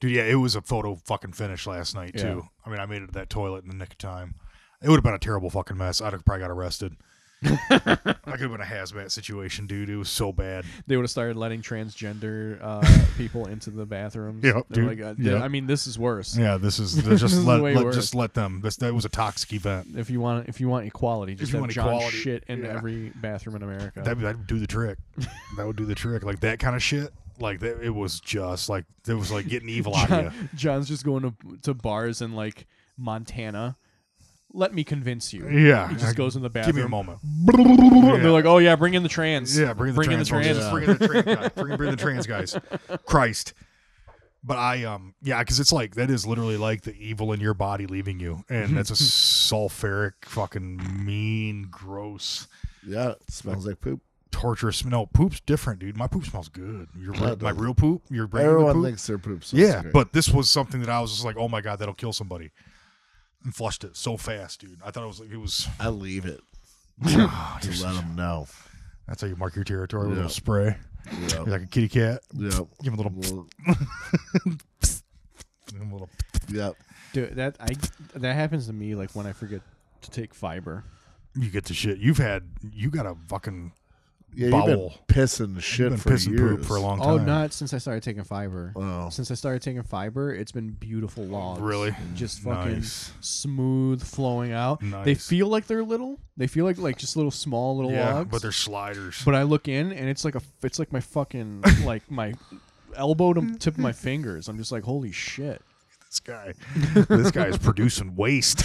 Speaker 4: Dude, yeah, it was a photo fucking finish last night too. I mean, I made it to that toilet in the nick of time. It would have been a terrible fucking mess. I'd have probably got *laughs* arrested. I could have been a hazmat situation, dude. It was so bad.
Speaker 3: *laughs* they would have started letting transgender uh,
Speaker 4: *laughs*
Speaker 3: people into the bathrooms
Speaker 4: Yep,
Speaker 3: They're
Speaker 4: dude.
Speaker 3: like, uh,
Speaker 4: Yep.
Speaker 3: i mean this is worse
Speaker 4: Yeah, this is *laughs* they're just
Speaker 3: is
Speaker 4: let,
Speaker 3: way
Speaker 4: let
Speaker 3: worse.
Speaker 4: just let them. This that was a toxic event.
Speaker 3: if you want if you want equality just
Speaker 4: you
Speaker 3: have
Speaker 4: want
Speaker 3: John
Speaker 4: equality,
Speaker 3: shit in
Speaker 4: yeah.
Speaker 3: every bathroom in america
Speaker 4: That that would do the trick. that would do the trick. Like that kind of shit. Like that, it was just like it was *laughs* like getting evil out of you.
Speaker 3: John- John's just going to, to bars in like Montana, let me convince you.
Speaker 4: Yeah.
Speaker 3: He just goes in the
Speaker 4: Give me a
Speaker 3: bathroom.
Speaker 4: *laughs* moment.
Speaker 3: And They're like, oh yeah, bring in the trans.
Speaker 4: Yeah, bring,
Speaker 3: bring in
Speaker 4: the
Speaker 3: the
Speaker 4: trans.
Speaker 3: trans.
Speaker 4: folks. Bring in the trans. *laughs* guy. Bring, bring the trans guys. Christ. But I um yeah, because it's like that is literally like the evil in your body leaving you, and *laughs* that's a sulfuric, fucking mean, gross,
Speaker 2: Yeah, it smells like poop.
Speaker 4: torturous. No, poop's different, dude. My poop smells good. Your
Speaker 2: Yeah, it
Speaker 4: my
Speaker 2: does.
Speaker 4: real poop, your regular
Speaker 2: Everyone
Speaker 4: poop.
Speaker 2: thinks their poop smells
Speaker 4: Yeah, but this was something that I was just like, oh my god, that'll kill somebody, and flushed it so fast, dude. I thought it was like it was.
Speaker 2: I leave it
Speaker 4: Ah,
Speaker 2: to
Speaker 4: you're
Speaker 2: let
Speaker 4: such-
Speaker 2: them know.
Speaker 4: that's how you mark your territory with a
Speaker 2: Yeah.
Speaker 4: little spray,
Speaker 2: Yeah,
Speaker 4: You're like a kitty cat.
Speaker 2: yeah,
Speaker 4: Give him a little,
Speaker 2: well,
Speaker 4: give him a little.
Speaker 2: yeah.
Speaker 3: Dude, that I that happens to me like when I forget to take fiber.
Speaker 4: you get the shit. You've had you got a fucking
Speaker 2: yeah you've been
Speaker 4: Bowel.
Speaker 2: pissing shit
Speaker 4: been
Speaker 2: for
Speaker 4: pissing
Speaker 2: years.
Speaker 4: poop for a long time. Oh.
Speaker 3: Oh, not since I started taking fiber.
Speaker 2: Wow.
Speaker 3: Since I started taking fiber, it's been beautiful logs.
Speaker 4: Really?
Speaker 3: Just fucking
Speaker 4: Nice.
Speaker 3: smooth flowing out. They
Speaker 4: Nice.
Speaker 3: feel like they're little. They feel like like just little small little
Speaker 4: Yeah,
Speaker 3: logs.
Speaker 4: but they're sliders.
Speaker 3: *laughs* But I look in and it's like a it's like my
Speaker 4: *laughs*
Speaker 3: fucking like my elbow to tip of my fingers. I'm just like holy shit.
Speaker 4: this guy, this guy is producing waste.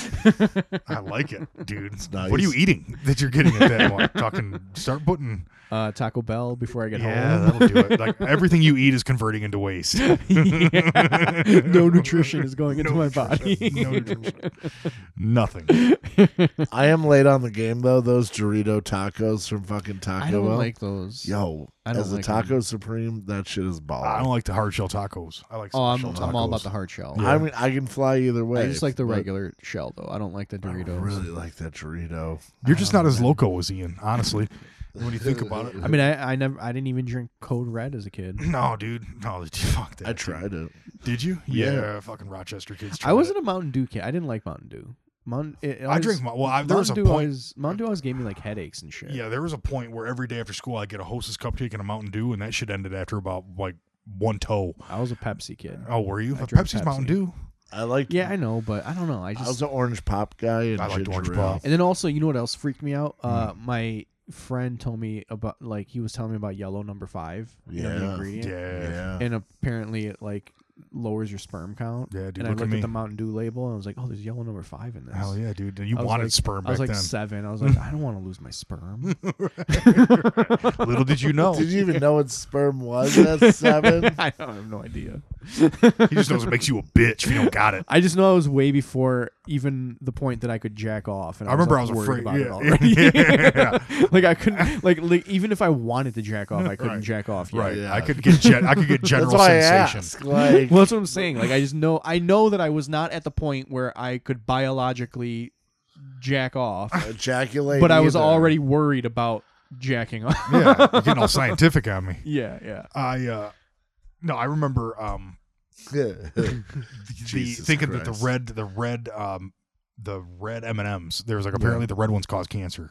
Speaker 3: *laughs*
Speaker 4: I like it, dude.
Speaker 2: nice.
Speaker 4: What are you eating that you're getting at that one? Fucking start putting.
Speaker 3: Uh, Taco Bell before I get
Speaker 4: Yeah,
Speaker 3: home.
Speaker 4: that'll do it. Like everything you eat is converting into
Speaker 3: *laughs*
Speaker 4: waste. no
Speaker 3: no
Speaker 4: *laughs*
Speaker 3: nutrition is going into my body.
Speaker 4: nutrition. No nutrition. Nothing.
Speaker 2: I am late on the game though. Those Dorito tacos from fucking
Speaker 4: *laughs*
Speaker 2: Taco
Speaker 3: I don't
Speaker 2: Bell.
Speaker 3: like those.
Speaker 2: Yo,
Speaker 3: I don't
Speaker 2: as a
Speaker 3: like
Speaker 2: taco supreme, that shit is ball.
Speaker 4: I don't like the hard shell tacos. I like
Speaker 3: Oh, I'm,
Speaker 4: soft shell tacos.
Speaker 3: I'm all about the hard shell.
Speaker 2: I mean, I can fly either way.
Speaker 3: I just like the
Speaker 2: but
Speaker 3: regular shell though. I don't like the
Speaker 2: I
Speaker 3: Doritos.
Speaker 2: really like that Dorito.
Speaker 4: You're just not as loco as Ian, honestly. When you think about it,
Speaker 3: I mean, I, I never, I didn't even drink Code Red as a kid.
Speaker 4: *clears throat* no, dude, no, dude, fuck that.
Speaker 2: I
Speaker 4: dude.
Speaker 2: tried it.
Speaker 4: Did you?
Speaker 2: Yeah.
Speaker 4: fucking Rochester kids. tried
Speaker 3: I
Speaker 4: it.
Speaker 3: wasn't a Mountain Dew kid. I didn't like Mountain Dew. Mountain, it
Speaker 4: I
Speaker 3: always-
Speaker 4: drink. Well, I, there was a
Speaker 3: Mountain Dew
Speaker 4: point.
Speaker 3: always, Mountain Dew always gave me like headaches and shit.
Speaker 4: yeah, there was a point where every day after school I get a Hostess cupcake and a Mountain Dew, and that shit ended after about like one toe.
Speaker 3: I was a Pepsi kid.
Speaker 4: Oh, were you?
Speaker 3: drank
Speaker 4: Pepsi's Mountain
Speaker 3: Pepsi.
Speaker 4: Dew.
Speaker 2: I like.
Speaker 3: Yeah, I know, but I don't know. I
Speaker 2: I was
Speaker 3: just
Speaker 2: an orange pop guy. And
Speaker 4: I liked
Speaker 2: ginger
Speaker 4: orange
Speaker 2: ale.
Speaker 4: pop.
Speaker 3: and then also, you know what else freaked me
Speaker 4: Hmm.
Speaker 3: out? Uh, my friend told me about like he was telling me about yellow number five. you know, the
Speaker 2: Yeah.
Speaker 4: Yeah,
Speaker 3: ingredient,
Speaker 4: yeah,
Speaker 2: Yeah.
Speaker 3: and apparently it like lowers your sperm count.
Speaker 4: dude.
Speaker 3: and I
Speaker 4: look
Speaker 3: looked
Speaker 4: at
Speaker 3: at,
Speaker 4: me.
Speaker 3: the Mountain Dew label and I was like, oh, there's yellow number five in this.
Speaker 4: Hell yeah, dude. You
Speaker 3: I was
Speaker 4: wanted
Speaker 3: like-
Speaker 4: sperm
Speaker 3: I was
Speaker 4: back
Speaker 3: like seven.
Speaker 4: *laughs*
Speaker 3: I was like, I don't want to lose my sperm. *laughs*
Speaker 4: then. Little did you know.
Speaker 2: Did you even know what sperm was
Speaker 3: *laughs*
Speaker 2: at seven?
Speaker 3: I don't I have no idea.
Speaker 4: he just knows it makes you a bitch if you
Speaker 3: *laughs*
Speaker 4: don't got it.
Speaker 3: I just know it was way before even the point that I could jack off. And
Speaker 4: I remember I
Speaker 3: like,
Speaker 4: was
Speaker 3: worried
Speaker 4: afraid.
Speaker 3: about it
Speaker 4: Yeah,
Speaker 3: already.
Speaker 4: *laughs* yeah.
Speaker 3: *laughs* like I couldn't, like, like even if I wanted to jack
Speaker 4: *laughs*
Speaker 3: off, I couldn't
Speaker 4: Right.
Speaker 3: jack off. Yet.
Speaker 4: Right.
Speaker 2: Yeah.
Speaker 4: I could get gen- I could get
Speaker 2: That's
Speaker 4: general
Speaker 2: why I
Speaker 4: sensation.
Speaker 2: ask. Like,
Speaker 3: Well, that's what I'm saying. Like I just know, I know that I was not at the point where I could biologically jack off,
Speaker 2: ejaculate.
Speaker 3: but I was
Speaker 2: either.
Speaker 3: already *laughs* worried about jacking off.
Speaker 4: yeah, you're getting all scientific on me.
Speaker 3: *laughs* yeah, yeah.
Speaker 4: I uh no, I remember um *laughs* the
Speaker 2: Jesus
Speaker 4: thinking that
Speaker 2: Christ.
Speaker 4: the red the red um the red M and M's there was like apparently the red ones cause cancer.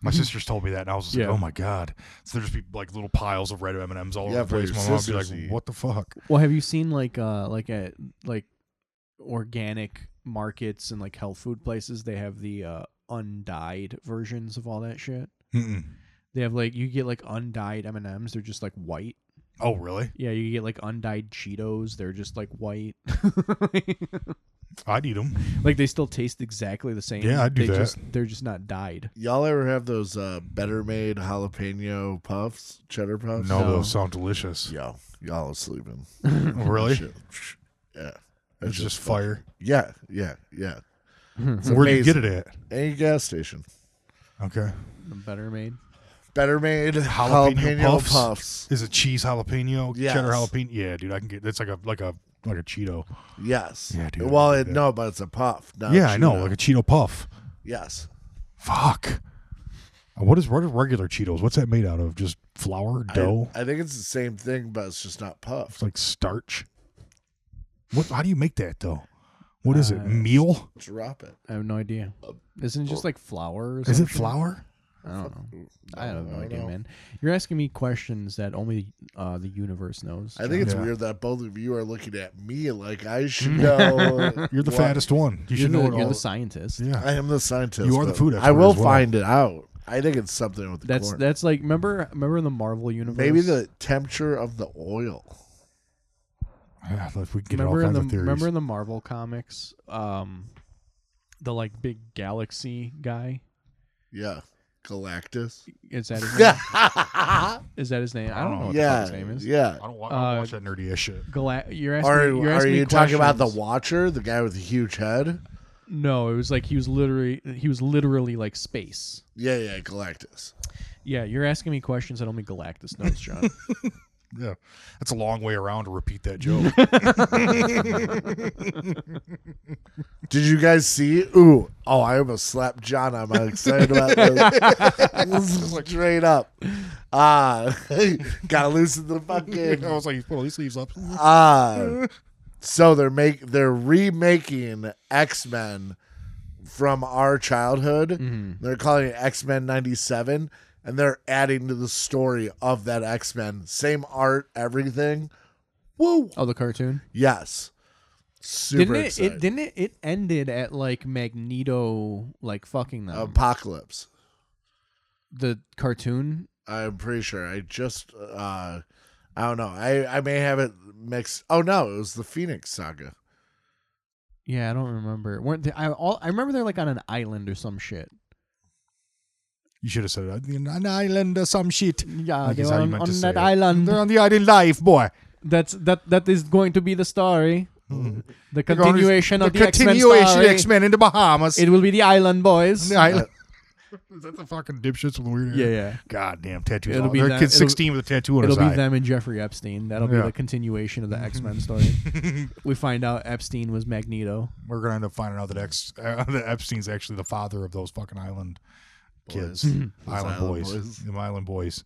Speaker 2: Hmm.
Speaker 4: My sisters told me that, and I was just
Speaker 3: Yeah.
Speaker 4: like, "Oh my god!" So there'd just be like little piles of red M and M's all
Speaker 2: Yeah,
Speaker 4: over
Speaker 2: for
Speaker 4: the place.
Speaker 2: your
Speaker 4: My mom would be
Speaker 2: sisters to
Speaker 4: like,
Speaker 2: eat.
Speaker 4: "What the fuck?"
Speaker 3: Well, have you seen like uh like a like organic markets and like health food places? They have the uh undyed versions of all that shit.
Speaker 4: Mm-mm.
Speaker 3: They have like you get like undyed M and M's. They're just like white.
Speaker 4: Oh really?
Speaker 3: Yeah, you get like undyed Cheetos. They're just like white. *laughs*
Speaker 4: I'd eat them.
Speaker 3: like they still taste exactly the same.
Speaker 4: Yeah, I'd do
Speaker 3: they
Speaker 4: that.
Speaker 3: Just, they're just not dyed.
Speaker 2: *laughs* Y'all ever have those uh, better made jalapeno puffs, cheddar
Speaker 4: No,
Speaker 2: puffs?
Speaker 4: those sound delicious.
Speaker 2: Yo, y'all are sleeping.
Speaker 4: *laughs* Oh, really?
Speaker 2: Shit. Yeah.
Speaker 4: It's just fire.
Speaker 2: Yeah, yeah, yeah. It's
Speaker 4: Where do you get
Speaker 2: amazing.
Speaker 4: it at?
Speaker 2: Any gas station.
Speaker 4: Okay.
Speaker 3: Better made.
Speaker 2: Better made
Speaker 4: Jalapeno
Speaker 2: jalapeno,
Speaker 4: puffs?
Speaker 2: puffs.
Speaker 4: Is it cheese jalapeno,
Speaker 2: Yes.
Speaker 4: cheddar jalapeno? Yeah, dude, I can get. It's like a like a like a Cheeto.
Speaker 2: Yes.
Speaker 4: Yeah, dude,
Speaker 2: well,
Speaker 4: I
Speaker 2: it,
Speaker 4: like
Speaker 2: no, but it's a puff. Not
Speaker 4: yeah, I know,
Speaker 2: Cheeto.
Speaker 4: like a Cheeto puff.
Speaker 2: yes.
Speaker 4: Fuck. Uh, What is what are regular Cheetos? What's that made out of? Just flour,
Speaker 2: I-
Speaker 4: dough?
Speaker 2: I, think it's the same thing, but it's just not puffed.
Speaker 4: it's like starch. What? How do you make that though? What is it?
Speaker 3: Uh,
Speaker 4: Meal?
Speaker 2: Drop it.
Speaker 3: I have no idea. Isn't it just like flour? Or
Speaker 4: Is it
Speaker 3: something?
Speaker 4: flour?
Speaker 3: I don't know. I have no
Speaker 2: don't
Speaker 3: idea,
Speaker 2: know.
Speaker 3: man. You're asking me questions that only uh, the universe knows.
Speaker 2: I think it's
Speaker 4: Yeah.
Speaker 2: weird that both of you are looking at me like
Speaker 4: *laughs*
Speaker 2: I should know.
Speaker 4: You're the
Speaker 2: what-
Speaker 4: fattest one.
Speaker 3: you're
Speaker 4: You should know
Speaker 3: the,
Speaker 4: it
Speaker 3: you're
Speaker 4: all.
Speaker 3: the scientist.
Speaker 4: yeah.
Speaker 2: I am the scientist.
Speaker 4: You are the
Speaker 2: but
Speaker 4: food
Speaker 2: I
Speaker 4: expert
Speaker 2: will
Speaker 4: as well.
Speaker 2: find it out. I think it's something with the
Speaker 3: That's
Speaker 2: corn.
Speaker 3: that's like remember remember in the Marvel universe.
Speaker 2: Maybe the temperature of the oil.
Speaker 4: yeah. Like we can get all
Speaker 3: remember in
Speaker 4: kinds
Speaker 3: the
Speaker 4: of theories.
Speaker 3: remember in the Marvel comics, um, the like big galaxy guy.
Speaker 2: Yeah.
Speaker 4: *laughs*
Speaker 2: Galactus.
Speaker 3: Is that
Speaker 4: Oh,
Speaker 3: his name?
Speaker 2: yeah.
Speaker 3: is that his name? I don't know what
Speaker 2: *laughs*
Speaker 3: the fuck
Speaker 2: Yeah.
Speaker 3: his name is.
Speaker 2: Yeah.
Speaker 4: I don't, wa- I don't
Speaker 3: Uh,
Speaker 4: watch that nerdy ass shit.
Speaker 3: Gala- you're asking.
Speaker 2: Are,
Speaker 3: me, you're
Speaker 2: are
Speaker 3: asking me
Speaker 2: you talking about the
Speaker 3: questions.
Speaker 2: Watcher, the guy with the huge head?
Speaker 3: No, it was like he was literally he was literally like space.
Speaker 2: Yeah, yeah, Galactus.
Speaker 3: Yeah, you're asking me questions that only Galactus knows, John.
Speaker 4: Yeah, that's a long way around to repeat that
Speaker 3: *laughs*
Speaker 4: *laughs* joke. *laughs*
Speaker 2: Did you guys see? Ooh, oh, I almost slapped John. I'm excited about this.
Speaker 3: *laughs*
Speaker 2: Straight up. Uh, *laughs* gotta loosen the fucking
Speaker 3: *laughs*
Speaker 4: I was like, well, these leaves up.
Speaker 2: Uh, so they're make they're remaking X Men from our childhood.
Speaker 3: Mm-hmm.
Speaker 2: They're calling it X Men '97, and they're adding to the story of that X Men. Same art, everything. Woo!
Speaker 3: oh, the cartoon.
Speaker 2: Yes, super
Speaker 3: Didn't it,
Speaker 2: excited.
Speaker 3: it? Didn't it? It ended at like Magneto, like fucking them.
Speaker 2: Apocalypse.
Speaker 3: the cartoon.
Speaker 2: I'm pretty sure. I just uh, I don't know. I I may have it mixed. Oh no, it was the Phoenix Saga.
Speaker 3: Yeah, I don't remember. Weren't they, I all? I remember they're like on an island or some shit.
Speaker 4: You should have said it. An island or some shit.
Speaker 3: Yeah,
Speaker 4: Like,
Speaker 3: they
Speaker 4: is
Speaker 3: were
Speaker 4: how you
Speaker 3: on,
Speaker 4: meant
Speaker 3: on
Speaker 4: to say
Speaker 3: that
Speaker 4: it.
Speaker 3: island.
Speaker 4: They're on the island life, boy.
Speaker 3: That's that. That is going to be the story.
Speaker 4: Mm-hmm.
Speaker 3: The continuation of the,
Speaker 4: continuation
Speaker 3: X-Men
Speaker 4: of
Speaker 3: story.
Speaker 4: X-Men in the Bahamas.
Speaker 3: It will be the Island Boys.
Speaker 4: The island. *laughs* Is that the fucking dipshits with the weird
Speaker 3: Yeah, yeah.
Speaker 4: Goddamn tattoos.
Speaker 3: It'll
Speaker 4: It'll
Speaker 3: be
Speaker 4: be
Speaker 3: that-
Speaker 4: kid's
Speaker 3: it'll-
Speaker 4: 16 with a tattoo on
Speaker 3: It'll
Speaker 4: his
Speaker 3: be
Speaker 4: eye.
Speaker 3: them and Jeffrey Epstein. That'll
Speaker 4: Yeah.
Speaker 3: be the continuation of the X Men story.
Speaker 4: *laughs*
Speaker 3: we find out Epstein was Magneto.
Speaker 4: We're going to end up finding out that, Ex- uh, that Epstein's actually the father of those fucking island
Speaker 3: *laughs*
Speaker 4: kids. *laughs* island,
Speaker 2: Island
Speaker 4: boys.
Speaker 2: boys.
Speaker 4: Them island boys.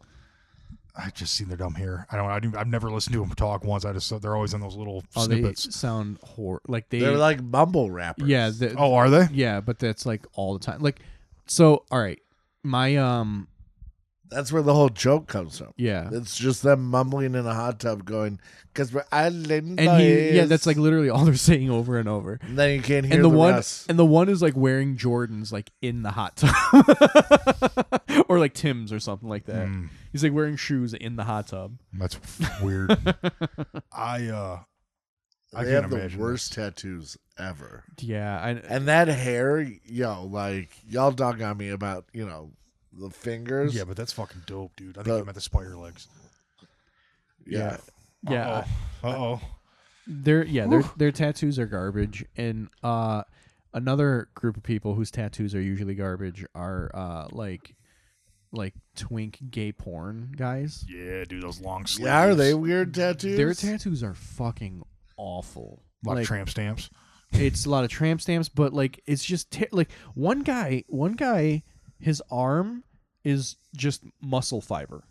Speaker 4: I just seen their dumb hair. I don't. I didn't, I've never listened to them talk once. I just they're always on those little
Speaker 3: Oh,
Speaker 4: snippets.
Speaker 3: they sound hor like they.
Speaker 2: They're like mumble rappers.
Speaker 3: yeah, the-
Speaker 4: oh, are they?
Speaker 3: yeah, but that's like all the time. Like, so all right, my um,
Speaker 2: That's where the whole joke comes from.
Speaker 3: yeah,
Speaker 2: It's just them mumbling in a hot tub going, because we're island
Speaker 3: and he,
Speaker 2: boys."
Speaker 3: yeah, that's like literally all they're *laughs* saying over and over.
Speaker 2: And then you can't hear
Speaker 3: and the, one
Speaker 2: rest.
Speaker 3: and the one is like wearing Jordans like in the hot tub *laughs* or like Tim's or something like that. He's like wearing shoes in the hot tub. *laughs*
Speaker 4: That's weird. I uh, I
Speaker 2: they
Speaker 4: can't
Speaker 2: have the
Speaker 4: imagine.
Speaker 2: worst tattoos ever.
Speaker 3: Yeah, I,
Speaker 2: And that hair, yo, like y'all dog on me about you know the fingers.
Speaker 4: Yeah, but that's fucking dope, dude. I think
Speaker 2: The-
Speaker 4: you meant the spider legs.
Speaker 2: yeah.
Speaker 3: yeah. I-
Speaker 4: Uh oh.
Speaker 3: Their yeah, their their tattoos are garbage. And uh another group of people whose tattoos are usually garbage are uh like like twink gay porn guys.
Speaker 4: Yeah, dude, those long sleeves.
Speaker 2: Yeah, are they
Speaker 4: A
Speaker 2: weird tattoos?
Speaker 3: Their tattoos are fucking awful.
Speaker 4: lot
Speaker 3: Like,
Speaker 4: of tramp stamps.
Speaker 3: it's a lot of tramp stamps, but like it's just ter- like one guy, one guy, his arm is just muscle fiber.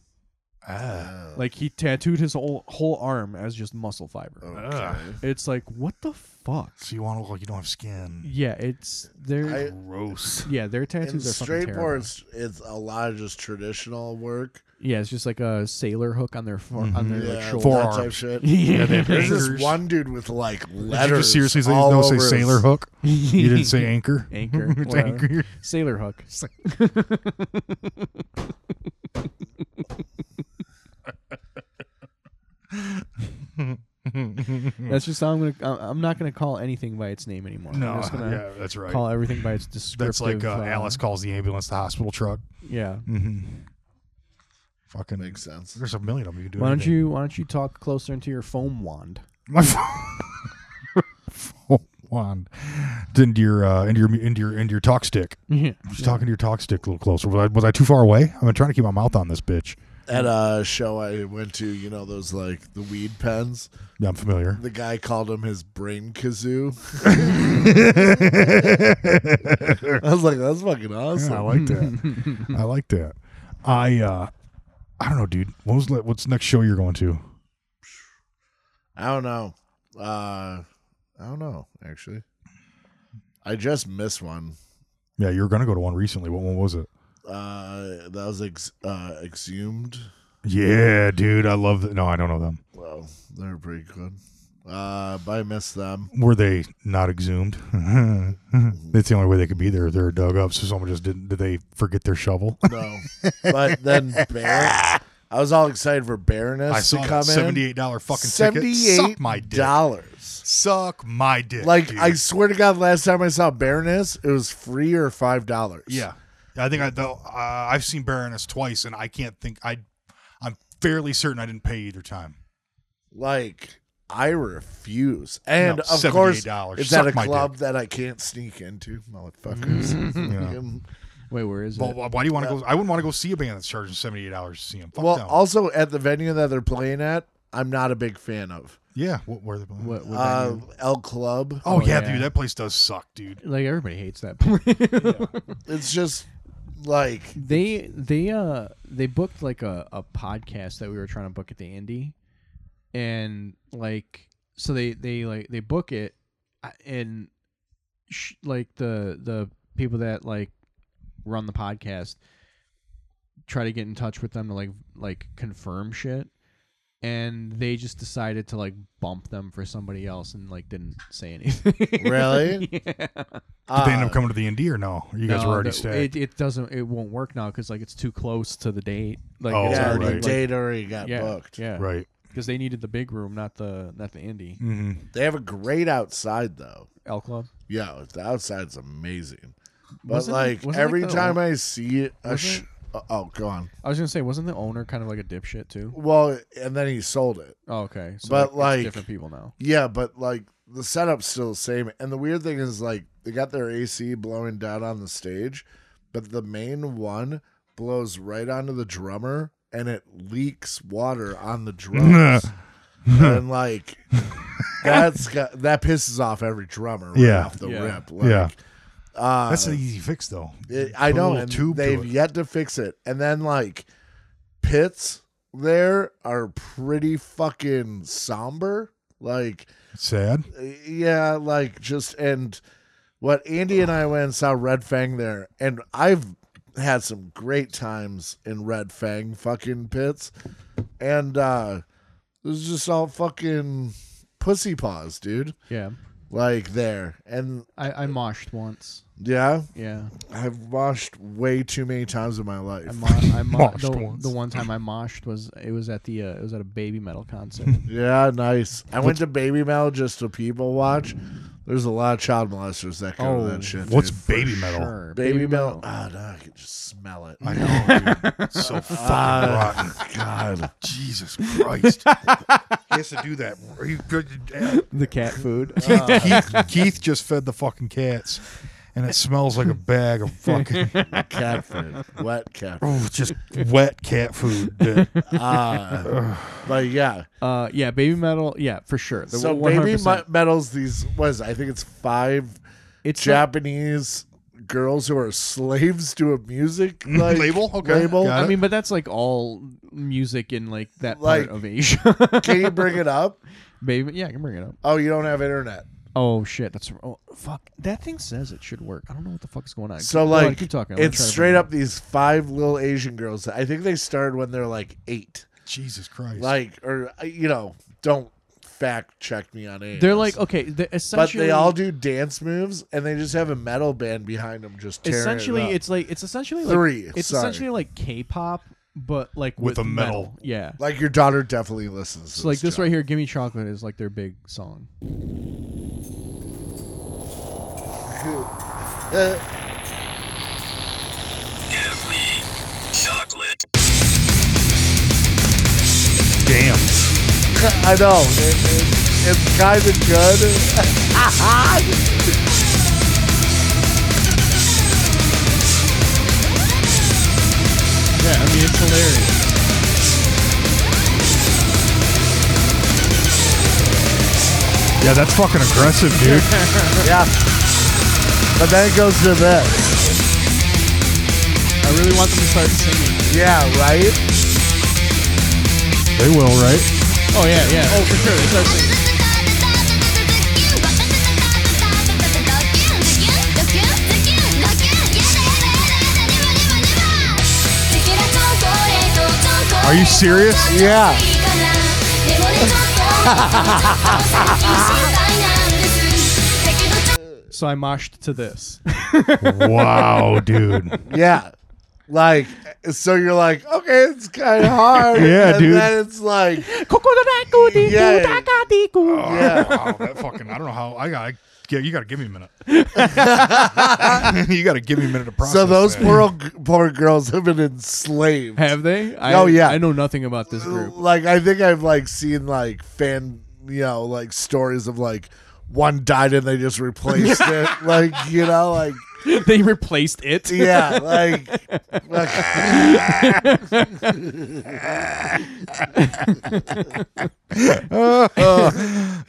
Speaker 2: Ah,
Speaker 3: Like he tattooed his whole whole arm as just muscle fiber.
Speaker 4: Ah,
Speaker 2: okay.
Speaker 4: Ugh.
Speaker 3: It's like what the fuck?
Speaker 4: So you want to look like you don't have skin.
Speaker 3: Yeah, it's they're
Speaker 2: I- *laughs*
Speaker 4: Gross.
Speaker 3: yeah their
Speaker 2: In
Speaker 3: tattoos are fucking
Speaker 2: straight
Speaker 3: terrible.
Speaker 2: boards, it's a lot of just traditional work.
Speaker 3: Yeah, it's just like a sailor hook on their for- on their like,
Speaker 2: Yeah,
Speaker 3: shoulder.
Speaker 2: that
Speaker 4: Forearms.
Speaker 2: type
Speaker 4: *laughs*
Speaker 2: shit.
Speaker 3: *laughs* yeah,
Speaker 2: There's this
Speaker 4: Fingers.
Speaker 2: one dude with like
Speaker 4: Did
Speaker 2: letters.
Speaker 4: you just seriously say,
Speaker 2: all
Speaker 4: no, say
Speaker 2: over his-
Speaker 4: sailor hook? You
Speaker 2: *laughs*
Speaker 4: didn't say anchor? *laughs*
Speaker 3: Anchor,
Speaker 4: It's
Speaker 3: whatever.
Speaker 4: anchor.
Speaker 3: sailor hook.
Speaker 4: *laughs*
Speaker 3: That's just how I'm gonna. I- I'm not gonna call anything by its name anymore.
Speaker 4: No,
Speaker 3: I'm just gonna
Speaker 4: yeah, that's right.
Speaker 3: call everything by its descriptive.
Speaker 4: that's like uh, Alice calls the ambulance the hospital truck.
Speaker 3: Yeah.
Speaker 4: Fucking.
Speaker 2: Makes sense.
Speaker 4: There's a million of them you can do.
Speaker 3: Why don't
Speaker 4: anything.
Speaker 3: you Why don't you talk closer into your foam wand?
Speaker 4: My *laughs* phone wand. It's into your uh, into your into your into your talk stick.
Speaker 3: Yeah.
Speaker 4: Just talking to your talk stick a little closer. Was I, was I too far away? I've been trying to keep my mouth on this bitch.
Speaker 2: At a show I went to, you know those like the weed pens.
Speaker 4: Yeah, I'm familiar.
Speaker 2: The guy called him his brain
Speaker 4: *laughs*
Speaker 2: kazoo. *laughs* I was like, that's fucking awesome.
Speaker 4: I like that. *laughs* I like that. I uh, I don't know, dude. What was the- what's the next show you're going to?
Speaker 2: I don't know. Uh, I don't know actually. I just missed one.
Speaker 4: Yeah, you were gonna go to one recently. What one was it?
Speaker 2: Uh, that was ex- uh, exhumed.
Speaker 4: Yeah, dude. I love that. No, I don't know them.
Speaker 2: Well, they're pretty good. Uh, but I missed them.
Speaker 4: Were they not *laughs* exhumed? That's the only way they could be there. They're dug up. So someone just didn't. Did they forget their shovel?
Speaker 2: No, but then Bear. I was all excited for Baroness
Speaker 4: I saw
Speaker 2: to
Speaker 4: that
Speaker 2: come in.
Speaker 4: seventy-eight dollar fucking ticket.
Speaker 2: Seventy-eight
Speaker 4: Suck my dick.
Speaker 2: dollars.
Speaker 4: Suck my dick.
Speaker 2: Like
Speaker 4: dude.
Speaker 2: I swear to God, last time I saw Baroness, it was free or five dollars.
Speaker 4: Yeah, I think I though uh, I've seen Baroness twice, and I can't think I. I'm fairly certain I didn't pay either time.
Speaker 2: like I refuse. And
Speaker 4: No,
Speaker 2: of course,
Speaker 4: $78.
Speaker 2: it's
Speaker 4: Suck
Speaker 2: at a
Speaker 4: my
Speaker 2: club that I can't sneak into, motherfuckers. Um,
Speaker 3: Wait, where is
Speaker 4: Well,
Speaker 3: it?
Speaker 4: why why do you want to go? I wouldn't want to go see a band that's charging seventy eight dollars to see them. Fuck
Speaker 2: well,
Speaker 4: no.
Speaker 2: also at the venue that they're playing at, I'm not a big fan of.
Speaker 4: yeah. What were they? playing?
Speaker 3: What, what
Speaker 2: Uh,
Speaker 3: venue?
Speaker 2: El Club.
Speaker 4: Oh,
Speaker 3: Oh,
Speaker 4: yeah,
Speaker 3: yeah.
Speaker 4: dude, that place does suck, dude.
Speaker 3: like everybody hates that. *laughs* place.
Speaker 2: It's just like
Speaker 3: they they uh they booked like a, a podcast that we were trying to book at the Indy, and like so they they like they book it, uh, and sh- like the the people that like run the podcast try to get in touch with them to like like confirm shit. And they just decided to like bump them for somebody else and like didn't say anything.
Speaker 2: Really?
Speaker 3: yeah.
Speaker 4: Did
Speaker 2: uh,
Speaker 4: they end up coming to the ND or no? Or you guys
Speaker 3: *laughs* No,
Speaker 4: were already
Speaker 3: the-
Speaker 4: stacked.
Speaker 3: It, it doesn't. It won't work now because like it's too close to the date. Like
Speaker 4: Oh,
Speaker 3: it's
Speaker 2: yeah,
Speaker 4: right.
Speaker 2: the
Speaker 3: like,
Speaker 2: date already got
Speaker 3: yeah,
Speaker 2: booked.
Speaker 3: Yeah,
Speaker 4: right.
Speaker 3: Because they needed the big room, not the not the indie
Speaker 4: hmm
Speaker 2: They have a great outside though.
Speaker 3: L Club.
Speaker 2: Yeah, the outside's amazing. But
Speaker 3: Wasn't-
Speaker 2: like
Speaker 3: wasn't, like,
Speaker 2: every
Speaker 3: the-
Speaker 2: time I see it, a
Speaker 3: wasn't-
Speaker 2: sh- oh, go on.
Speaker 3: I was gonna say, wasn't the owner kind of like a dipshit too?
Speaker 2: Well, and then he sold it.
Speaker 3: Oh, okay, so
Speaker 2: But,
Speaker 3: it's
Speaker 2: like-
Speaker 3: different people now.
Speaker 2: Yeah, but like the setup's still the same. And the weird thing is like they got their AC blowing down on the stage, but the main one blows right onto the drummer and it leaks water on the
Speaker 4: *laughs*
Speaker 2: drums. and like that's got, that pisses off every drummer right
Speaker 4: Yeah.
Speaker 2: off the
Speaker 3: Yeah.
Speaker 2: rip. Like,
Speaker 4: yeah.
Speaker 2: uh,
Speaker 4: That's an easy fix, though.
Speaker 2: it, I
Speaker 4: Put a
Speaker 2: know,
Speaker 4: little
Speaker 2: and
Speaker 4: tube to
Speaker 2: they've
Speaker 4: it.
Speaker 2: yet to fix it. And then like pits there are pretty fucking somber. Like
Speaker 4: Sad.
Speaker 2: yeah, like just and what Andy and I went and saw Red Fang there, and I've had some great times in Red Fang fucking pits, and uh it was just all fucking pussy paws, dude.
Speaker 3: Yeah,
Speaker 2: Like there, and
Speaker 3: I, I moshed once.
Speaker 2: yeah,
Speaker 3: Yeah,
Speaker 2: I've washed way too many times in my life.
Speaker 3: I, mo- I *laughs* mo-
Speaker 4: Moshed
Speaker 3: the,
Speaker 4: once.
Speaker 3: the one time I moshed was it was at the uh, it was at a baby metal *laughs* concert.
Speaker 2: yeah, nice. I went to Baby Metal just to people watch. There's a lot of child molesters that go to
Speaker 3: Oh,
Speaker 2: that shit.
Speaker 4: What's
Speaker 2: dude.
Speaker 4: baby metal? *laughs*
Speaker 3: Sure,
Speaker 2: Baby, Metal? Ah, no, I can just smell it.
Speaker 4: I know. dude. It's so fucking rotten.
Speaker 2: Uh, God.
Speaker 4: Jesus
Speaker 2: *laughs*
Speaker 4: Christ. he has to do that. Are you good?
Speaker 2: Uh,
Speaker 3: the cat *laughs* food.
Speaker 4: Keith, Keith just fed the fucking cats, and it smells like a bag
Speaker 2: *laughs*
Speaker 4: of fucking
Speaker 2: cat food, wet cat.
Speaker 3: *laughs*
Speaker 2: Food.
Speaker 4: oh, just wet cat food. that-
Speaker 2: Uh, but yeah,
Speaker 3: Uh, yeah, baby metal. Yeah, for sure. The
Speaker 2: so
Speaker 3: 100%.
Speaker 2: baby me- metals. These was I think it's five
Speaker 3: it's like-
Speaker 2: Japanese girls who are slaves to a music like,
Speaker 4: Label? Okay,
Speaker 2: Label.
Speaker 4: got
Speaker 3: I mean, but that's like all music in like that
Speaker 2: Like-
Speaker 3: part of Asia. *laughs*
Speaker 2: Can you bring it up?
Speaker 3: Baby, yeah, I can bring it up.
Speaker 2: Oh, you don't have internet.
Speaker 3: Oh shit, that's oh fuck. That thing says it should work. I don't know what the fuck is going on.
Speaker 2: So
Speaker 3: Keep- go on,
Speaker 2: like,
Speaker 3: keep talking. I'm gonna
Speaker 2: it's
Speaker 3: try to
Speaker 2: straight
Speaker 3: bring it
Speaker 2: up these five little Asian girls. I think they started when they're like eight,
Speaker 4: Jesus Christ.
Speaker 2: like or uh, you know, don't fact check me on age.
Speaker 3: They're like okay, they're
Speaker 2: But
Speaker 3: essentially.
Speaker 2: they all do dance moves, and they just have a metal band behind them, just tearing
Speaker 3: Essentially,
Speaker 2: it up.
Speaker 3: it's like it's essentially like,
Speaker 2: Three,
Speaker 3: It's
Speaker 2: sorry.
Speaker 3: essentially like K-pop, but like with,
Speaker 4: With a metal.
Speaker 3: Yeah.
Speaker 2: Like your daughter definitely listens. To
Speaker 3: So like this
Speaker 2: John.
Speaker 3: right here, "Give Me Chocolate" is like their big song.
Speaker 2: Uh,
Speaker 4: damn.
Speaker 2: I know it, it, it's kind of good.
Speaker 3: Yeah, I mean it's hilarious.
Speaker 4: Yeah, that's fucking aggressive, *laughs* dude.
Speaker 2: *laughs* Yeah, but then it goes to this.
Speaker 3: I really want them to start singing.
Speaker 2: Yeah, right.
Speaker 4: they will, right?
Speaker 3: Oh yeah, yeah. Oh for sure, they start singing.
Speaker 5: Are you serious? *laughs*
Speaker 2: Yeah.
Speaker 3: So I moshed to this.
Speaker 2: *laughs*
Speaker 4: Wow, dude.
Speaker 2: Yeah, Like, so you're like, okay, it's kind of
Speaker 3: *laughs*
Speaker 2: hard.
Speaker 4: Yeah,
Speaker 2: and
Speaker 4: dude.
Speaker 2: Then it's like, Yeah.
Speaker 4: *laughs*
Speaker 2: yeah.
Speaker 4: Oh, wow, that fucking. I don't know how. I got. Yeah, you got to give me a *laughs* minute. you got to give me a minute to process.
Speaker 2: So those
Speaker 4: that.
Speaker 2: poor old- poor girls have been enslaved.
Speaker 3: Have they? I,
Speaker 2: Oh, yeah.
Speaker 3: I know nothing about this
Speaker 2: *laughs*
Speaker 3: group.
Speaker 2: like I think I've like seen like fan you know like stories of like one died and they just
Speaker 3: *laughs*
Speaker 2: replaced it like you know like
Speaker 3: they replaced it.
Speaker 2: yeah like, like
Speaker 3: And,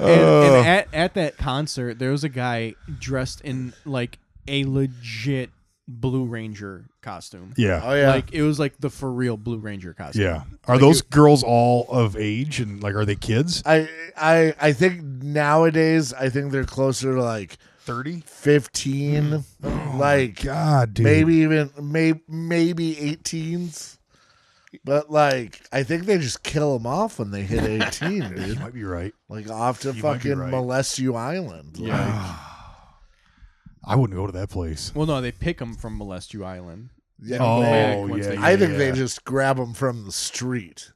Speaker 4: Oh.
Speaker 3: and at, at that concert, there was a guy dressed in like a legit Blue Ranger costume.
Speaker 4: Yeah.
Speaker 2: oh yeah
Speaker 3: Like it was like the for real Blue Ranger costume.
Speaker 4: yeah. Are those girls all of age and like are they kids?
Speaker 2: I I I think nowadays I think they're closer to like
Speaker 4: Thirty.
Speaker 2: 15
Speaker 4: Mm.
Speaker 2: like
Speaker 4: Oh God, dude.
Speaker 2: maybe even may, maybe 18s but like I think they just kill them off when they
Speaker 4: *laughs*
Speaker 2: hit 18
Speaker 4: You
Speaker 2: dude
Speaker 4: might be right.
Speaker 2: like off to
Speaker 4: You might be
Speaker 2: fucking
Speaker 4: right.
Speaker 2: molest you island like,
Speaker 3: Yeah.
Speaker 4: I wouldn't go to that place.
Speaker 3: Well, no, they pick him from Molest You Island.
Speaker 2: yeah,
Speaker 4: Oh,
Speaker 2: man.
Speaker 3: once
Speaker 4: yeah,
Speaker 3: they-
Speaker 4: yeah.
Speaker 2: I think
Speaker 4: yeah.
Speaker 2: they just grab them from the
Speaker 4: *laughs*
Speaker 2: street.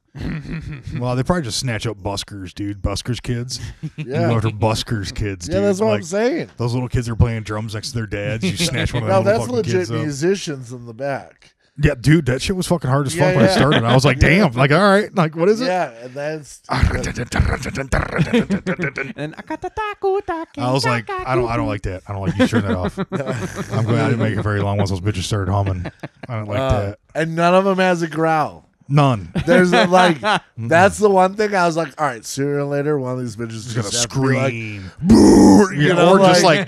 Speaker 4: Well, they probably just snatch up buskers, dude.
Speaker 2: *laughs*
Speaker 4: Buskers kids. You
Speaker 2: Yeah,
Speaker 4: go after buskers kids, dude.
Speaker 2: yeah, that's what
Speaker 4: like,
Speaker 2: I'm saying.
Speaker 4: Those little kids are playing drums next to their dads. You snatch
Speaker 2: *laughs*
Speaker 4: one of
Speaker 2: No,
Speaker 4: those
Speaker 2: that's
Speaker 4: fucking
Speaker 2: legit
Speaker 4: kids up.
Speaker 2: musicians in the back.
Speaker 4: Yeah, dude, that shit was fucking hard as fuck
Speaker 2: Yeah,
Speaker 4: when
Speaker 2: *laughs*
Speaker 4: I
Speaker 2: yeah.
Speaker 4: started. I was like, damn, like, all right, like, what is it?
Speaker 2: Yeah, and that's
Speaker 3: And I
Speaker 4: *laughs* I was like, I don't, I don't like that. I don't like you turn that
Speaker 2: *laughs*
Speaker 4: off. I'm glad I didn't make it very long once those bitches started humming. I don't like
Speaker 2: uh,
Speaker 4: that.
Speaker 2: and none of them has a growl.
Speaker 4: None.
Speaker 2: There's a,
Speaker 3: *laughs*
Speaker 2: like that's the one thing I was like, all right, sooner or later one of these bitches
Speaker 4: Just
Speaker 2: just
Speaker 4: gonna
Speaker 2: have to be like-
Speaker 4: scream, boo, you
Speaker 2: You
Speaker 4: know,
Speaker 2: know,
Speaker 4: or just like,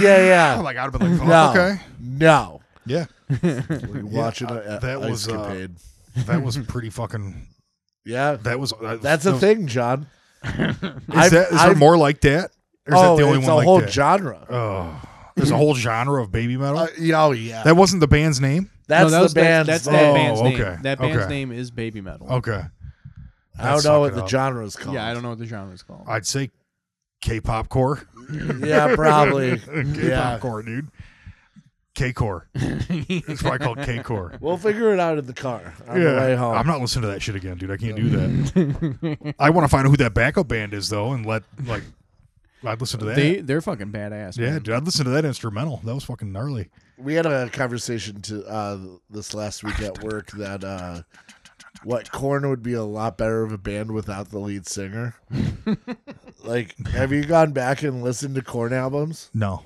Speaker 2: yeah, yeah,
Speaker 4: like I'd have been
Speaker 2: *laughs*
Speaker 4: like,
Speaker 2: no,
Speaker 4: oh, okay,
Speaker 2: no.
Speaker 4: yeah,
Speaker 2: We're watching
Speaker 4: uh,
Speaker 2: a, a
Speaker 4: that
Speaker 2: ice
Speaker 4: was, uh,
Speaker 2: capade. *laughs*
Speaker 4: that was pretty fucking.
Speaker 2: yeah,
Speaker 4: That was uh,
Speaker 2: that's a
Speaker 4: no,
Speaker 2: thing, John.
Speaker 4: *laughs* Is, that, is there
Speaker 2: I've-
Speaker 4: more like that? Or is
Speaker 2: oh,
Speaker 4: that the only
Speaker 2: it's
Speaker 4: one
Speaker 2: a
Speaker 4: like
Speaker 2: whole
Speaker 4: that?
Speaker 2: genre.
Speaker 4: oh, there's a whole genre of baby metal.
Speaker 2: Uh, yeah, oh yeah,
Speaker 4: that wasn't the band's name.
Speaker 2: that's
Speaker 3: that
Speaker 2: the
Speaker 3: was-
Speaker 2: band's
Speaker 3: That's,
Speaker 2: name.
Speaker 3: that
Speaker 4: Oh,
Speaker 3: band's name.
Speaker 4: okay,
Speaker 3: That band's
Speaker 4: okay. Oh,
Speaker 3: name is Baby Metal.
Speaker 4: Okay,
Speaker 2: I don't
Speaker 4: That's
Speaker 2: know
Speaker 4: fucking
Speaker 2: what the
Speaker 4: Oh. up.
Speaker 2: genre is called.
Speaker 3: Yeah, I don't know what the genre is called.
Speaker 4: I'd say K-pop core.
Speaker 2: Yeah,
Speaker 3: *laughs*
Speaker 4: *laughs*
Speaker 2: probably.
Speaker 4: K-pop
Speaker 2: yeah.
Speaker 4: core, dude. K-core. It's probably called K-core.
Speaker 2: We'll figure it out in the car on the way home.
Speaker 4: I'm not listening to that shit again, dude.
Speaker 2: *laughs*
Speaker 4: I can't do that. I want to find out who that backup band is though, and let like I'd listen to that.
Speaker 3: They they're fucking badass.
Speaker 4: yeah,
Speaker 3: man.
Speaker 4: dude, I'd listen to that instrumental. That was fucking gnarly.
Speaker 2: we had a conversation to uh, this last week at work that uh, what Corn would be a lot better of a band without the lead
Speaker 3: *laughs*
Speaker 2: singer. like, have you gone back and listened to Corn albums?
Speaker 4: No.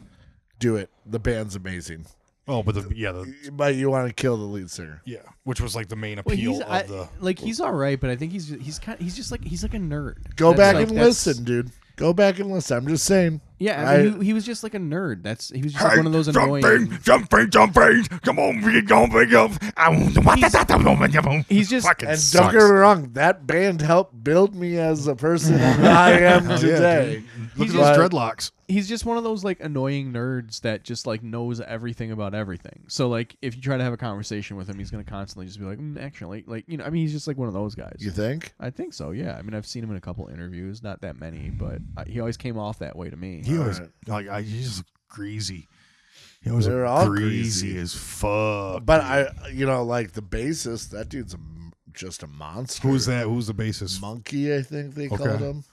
Speaker 2: Do it. The band's amazing,
Speaker 4: Oh, but the yeah, the
Speaker 2: but you want to kill the lead singer.
Speaker 4: yeah, which was like the main
Speaker 3: Well,
Speaker 4: appeal
Speaker 3: he's
Speaker 4: of
Speaker 3: I,
Speaker 4: the.
Speaker 3: like he's all right, but I think he's he's kind he's just like he's like a nerd.
Speaker 2: Go
Speaker 3: That's
Speaker 2: back
Speaker 3: like-
Speaker 2: and
Speaker 3: that's-
Speaker 2: listen, dude. Go back and listen. I'm just saying.
Speaker 3: Yeah, I mean,
Speaker 2: I-
Speaker 3: he, he was just like a nerd. That's he was just like one of those
Speaker 4: jumping,
Speaker 3: annoying.
Speaker 4: jumping, jumping. Come on, we don't pick up. I want to
Speaker 3: He's just-
Speaker 4: fucking
Speaker 2: And don't
Speaker 4: sucks.
Speaker 2: get me wrong, that band helped build me as a person I am
Speaker 3: *laughs*
Speaker 4: Hell Oh, yeah,
Speaker 2: today.
Speaker 4: dude. Look
Speaker 3: He's
Speaker 4: at his
Speaker 2: just-
Speaker 4: dreadlocks.
Speaker 3: He's just one of those like annoying nerds that just like knows everything about everything. So like if you try to have a conversation with him, he's gonna constantly just be like, mm, actually, like you know, I mean, he's just like one of those guys.
Speaker 2: You think?
Speaker 3: I think so. Yeah. I mean, I've seen him in a couple interviews, not that many, but I, he always came off that way to me.
Speaker 4: He always
Speaker 2: Alright.
Speaker 4: like I, he's just greasy. He always
Speaker 2: They're
Speaker 4: looked
Speaker 2: all
Speaker 4: greasy,
Speaker 2: greasy.
Speaker 4: as fuck.
Speaker 2: But
Speaker 4: dude.
Speaker 2: I, you know, like the bassist, that dude's a m just a monster.
Speaker 4: who's that? Who's the bassist?
Speaker 2: Monkey, I think they
Speaker 4: Okay.
Speaker 2: called him.